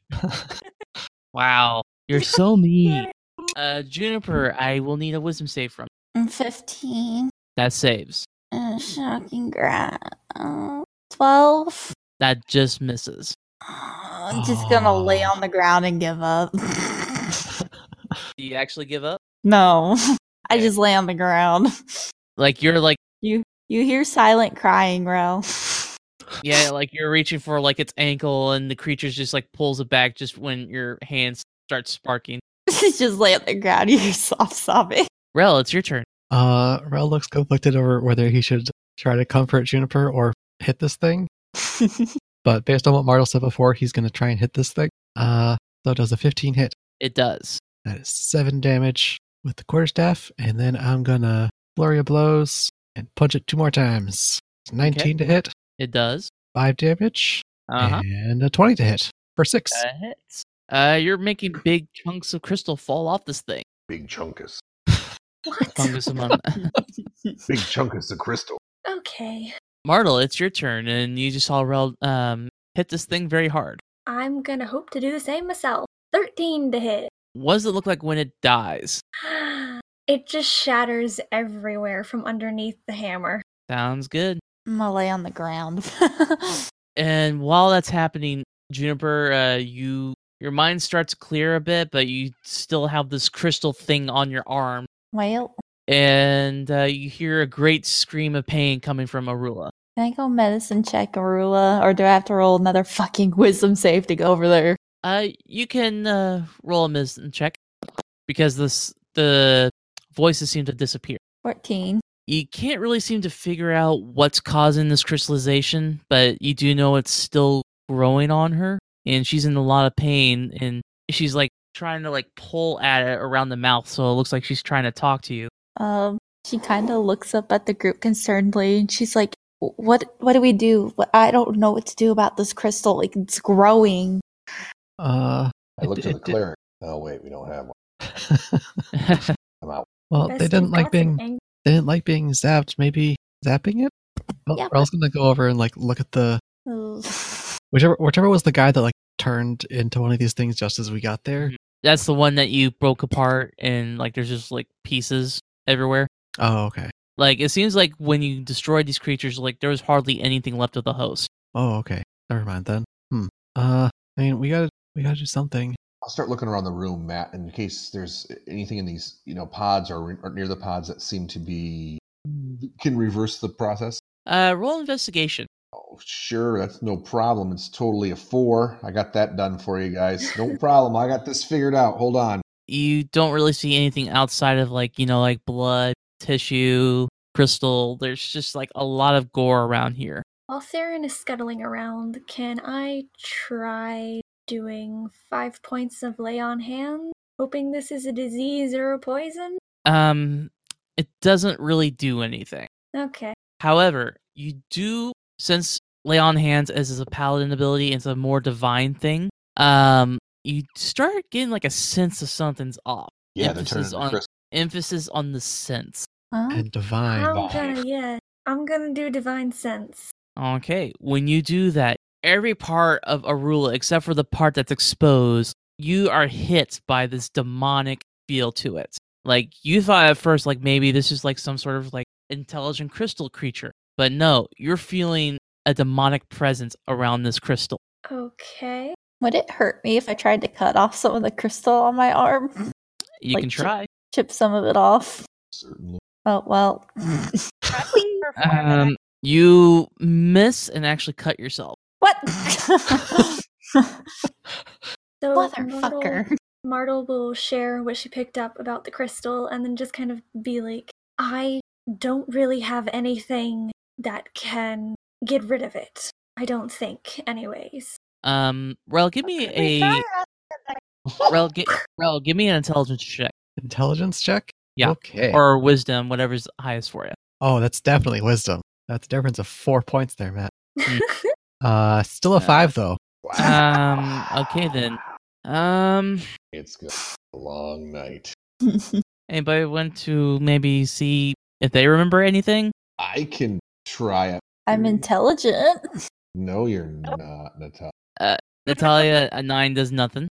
Speaker 1: Wow. You're so mean.
Speaker 6: Yay.
Speaker 1: Uh Juniper, I will need a wisdom save from. you.
Speaker 5: I'm 15.
Speaker 1: That saves.
Speaker 5: Mm, Uh, shocking grab. 12.
Speaker 1: That just misses.
Speaker 5: I'm just gonna lay
Speaker 2: Oh.
Speaker 5: on the ground and give up.
Speaker 1: Do you actually give up?
Speaker 5: no, I
Speaker 1: Okay.
Speaker 5: just lay on the ground.
Speaker 1: Like you're like
Speaker 5: You hear silent crying, Ro.
Speaker 1: Yeah, like you're reaching for like its ankle, and the creature's just like pulls it back just when your hands start sparking.
Speaker 5: just lay on the ground. You hear soft sobbing.
Speaker 1: Rel, it's your turn.
Speaker 2: Uh, Rel looks conflicted over whether he should try to comfort Juniper or hit this thing. But based on what Martel said before, he's going to try and hit this thing. Uh, so does a 15 hit.
Speaker 1: It does.
Speaker 2: That is seven damage with the quarterstaff, and then I'm gonna flurry of blows and punch it two more times. It's 19 to hit,
Speaker 1: It does.
Speaker 2: five damage,
Speaker 1: Uh huh.
Speaker 2: and a 20 to hit for six.
Speaker 1: That hits. Uh, you're making big chunks of crystal fall off this thing.
Speaker 3: Big chunkus.
Speaker 1: Fungus among.
Speaker 3: Big chunkus of crystal.
Speaker 4: Okay.
Speaker 1: Martel, it's your turn, and you just saw Rel um hit this thing very hard.
Speaker 4: I'm gonna hope to do the same myself. 13 to hit.
Speaker 1: What does it look like when it dies?
Speaker 4: It just shatters everywhere from underneath the hammer.
Speaker 1: Sounds good.
Speaker 5: I'm gonna lay on the ground.
Speaker 1: And while that's happening, Juniper, uh, you your mind starts to clear a bit, but you still have this crystal thing on your arm.
Speaker 5: well,
Speaker 1: and uh, you hear a great scream of pain coming from Arula.
Speaker 5: can I go medicine check Arula, or do I have to roll another fucking wisdom save to go over there?
Speaker 1: Uh, you can uh, roll a medicine check because this the voices seem to disappear.
Speaker 5: 14.
Speaker 1: You can't really seem to figure out what's causing this crystallization, but you do know it's still growing on her, and she's in a lot of pain, and she's like trying to like pull at it around the mouth, so it looks like she's trying to talk to you.
Speaker 5: Um, she kind of looks up at the group concernedly, and she's like, "What? What do we do? What, I don't know what to do about this crystal. Like it's growing."
Speaker 2: Uh,
Speaker 3: I looked
Speaker 2: it-
Speaker 3: at the
Speaker 2: it did-
Speaker 3: cleric. Oh, wait, we don't have one. I'm out.
Speaker 2: well, they
Speaker 4: Best
Speaker 2: didn't
Speaker 4: you've
Speaker 2: like
Speaker 4: got some
Speaker 2: being
Speaker 4: ang-
Speaker 2: they didn't like being zapped. Maybe zapping it. Well,
Speaker 5: Yeah,
Speaker 2: Rel's gonna go over and like look at the
Speaker 5: Ugh.
Speaker 2: whichever whichever was the guy that like turned into one of these things just as we got there.
Speaker 1: Mhm. That's the one that you broke apart, and like there's just like pieces everywhere.
Speaker 2: Oh, okay.
Speaker 1: Like it seems like when you destroyed these creatures, like there was hardly anything left of the host.
Speaker 2: Oh, okay. Never mind then. Hmm. Uh, I mean, we gotta we gotta do something.
Speaker 3: I'll start looking around the room, Matt, in case there's anything in these, you know, pods or, or near the pods that seem to be can reverse the process.
Speaker 1: Uh, roll investigation.
Speaker 3: Oh, sure, that's no problem. It's totally a four. I got that done for you guys. No problem. I got this figured out. Hold on.
Speaker 1: You don't really see anything outside of like you know like blood, tissue, crystal. There's just like a lot of gore around here.
Speaker 4: While Theron is scuttling around, can I try doing five points of lay on hand, hoping this is a disease or a poison?
Speaker 1: Um, it doesn't really do anything.
Speaker 4: Okay.
Speaker 1: However, you do since lay on hands is a paladin ability, it's a more divine thing. Um, you start getting like a sense of something's off.
Speaker 3: Yeah, they're
Speaker 1: emphasis
Speaker 3: turning to
Speaker 1: on-
Speaker 3: crystal.
Speaker 1: Emphasis on the sense.
Speaker 5: Huh?
Speaker 2: And divine.
Speaker 4: I'm
Speaker 3: Divine.
Speaker 4: gonna yeah. I'm gonna do divine sense.
Speaker 1: Okay, when you do that, every part of Arula, except for the part that's exposed, you are hit by this demonic feel to it. Like you thought at first, like maybe this is like some sort of like intelligent crystal creature, but no, you're feeling a demonic presence around this crystal.
Speaker 4: Okay.
Speaker 5: Would it hurt me if I tried to cut off some of the crystal on my arm?
Speaker 1: You
Speaker 5: Like
Speaker 1: can
Speaker 5: to-
Speaker 1: try.
Speaker 5: Chip some of it off?
Speaker 3: Certainly.
Speaker 5: Oh, well.
Speaker 6: Pressing performance.
Speaker 1: Um, you miss and actually cut yourself.
Speaker 5: what?
Speaker 4: So Myrtle-
Speaker 5: Motherfucker.
Speaker 4: Martel will share what she picked up about the crystal and then just kind of be like, I don't really have anything that can get rid of it. I don't think, anyways.
Speaker 1: Um, Rel, give me
Speaker 6: We
Speaker 1: a
Speaker 6: found out that
Speaker 1: Rel, gi- Rel, give me an intelligence check
Speaker 2: Intelligence check?
Speaker 1: Yeah.
Speaker 2: Okay.
Speaker 1: or wisdom, whatever's highest for you.
Speaker 2: oh, that's definitely wisdom. That's a difference of four points there, Matt. Uh, still a five, though.
Speaker 1: Um. Okay then. Um.
Speaker 3: It's gonna be a long night.
Speaker 1: Anybody want to maybe see if they remember anything?
Speaker 3: I can try it.
Speaker 5: I'm intelligent.
Speaker 3: No, you're
Speaker 1: Oh.
Speaker 3: not, Natasha.
Speaker 1: Natalia, a nine does nothing.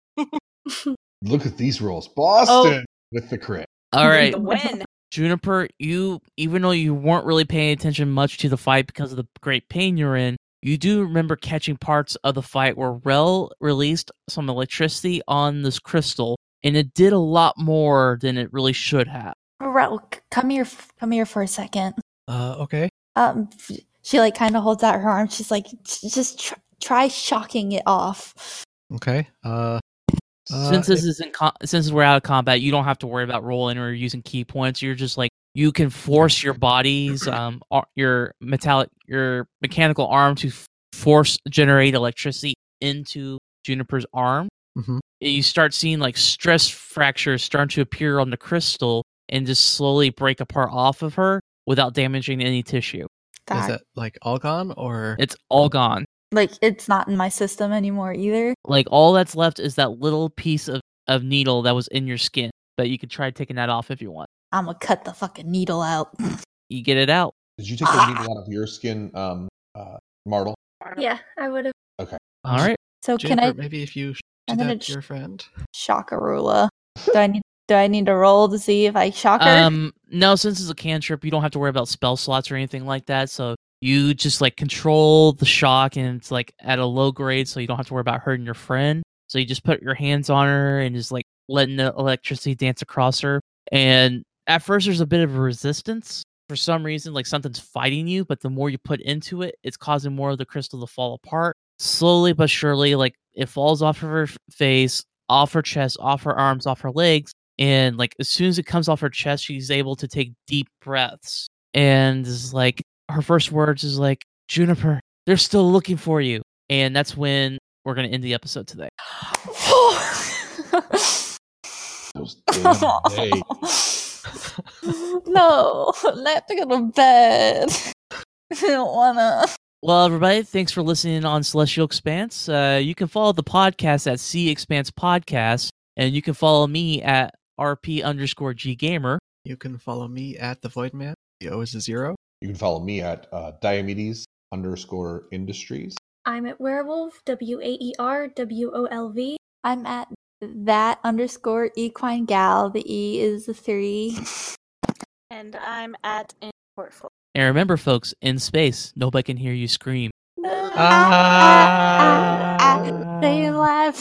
Speaker 3: Look at these rolls.
Speaker 1: Oh.
Speaker 3: Boston with the crit.
Speaker 1: All right,
Speaker 6: the win.
Speaker 1: Juniper. You, even though you weren't really paying attention much to the fight because of the great pain you're in, you do remember catching parts of the fight where Rel released some electricity on this crystal, and it did a lot more than it really should have.
Speaker 5: Ro- come here, f- come here for a second.
Speaker 2: Uh, okay.
Speaker 5: Um, f- she like kind of holds out her arm. She's like, "J- just tr- try shocking it off.
Speaker 2: Okay. Uh, Uh,
Speaker 1: since this
Speaker 2: it-
Speaker 1: isn't co- since we're out of combat, you don't have to worry about rolling or using key points. You're just like you can force your body's um ar- your metallic your mechanical arm to f- force generate electricity into Juniper's arm.
Speaker 2: mhm.
Speaker 1: You start seeing like stress fractures starting to appear on the crystal and just slowly break apart off of her without damaging any tissue.
Speaker 2: Is
Speaker 5: God,
Speaker 2: that like all gone or?
Speaker 1: It's all gone.
Speaker 5: like it's not in my system anymore either.
Speaker 1: Like all that's left is that little piece of of needle that was in your skin. But you could try taking that off if you want.
Speaker 5: I'm gonna cut the fucking needle out.
Speaker 1: You get it out.
Speaker 3: Did you take the
Speaker 1: Ah.
Speaker 3: needle out of your skin, um, uh, Martle?
Speaker 4: yeah, I would have.
Speaker 1: All right.
Speaker 5: So
Speaker 2: Juniper,
Speaker 5: Oh, can I
Speaker 2: maybe if you sh- do
Speaker 5: I'm
Speaker 2: that
Speaker 5: gonna
Speaker 2: to
Speaker 5: ch-
Speaker 2: your friend.
Speaker 5: shock Arula? Do I need do I need to roll to see if I shock her?
Speaker 1: Um, no, since it's a cantrip, you don't have to worry about spell slots or anything like that. So you just like control the shock, and it's like at a low grade, so you don't have to worry about hurting your friend. So you just put your hands on her and just like letting the electricity dance across her. And at first, there's a bit of resistance for some reason, like something's fighting you. But the more you put into it, it's causing more of the crystal to fall apart slowly but surely. Like it falls off of her f- face, off her chest, off her arms, off her legs and like as soon as it comes off her chest she's able to take deep breaths and is like her first words is like juniper they're still looking for you and that's when we're going to end the episode today
Speaker 3: Those damn days.
Speaker 5: no, I have to go to bed. I don't wanna.
Speaker 1: well everybody thanks for listening on celestial expanse uh, you can follow the podcast at c expanse podcast and you can follow me at rp underscore g gamer
Speaker 2: You can follow me at the Void Man. The O is a zero.
Speaker 3: You can follow me at uh, Diomedes underscore industries.
Speaker 4: I'm at werewolf, W A E R W O L V.
Speaker 5: I'm at that underscore equine gal. The E is a three.
Speaker 6: And I'm at in portfolio.
Speaker 1: and remember folks in space nobody can hear you scream
Speaker 5: Ah, ah, ah, ah. Stay alive.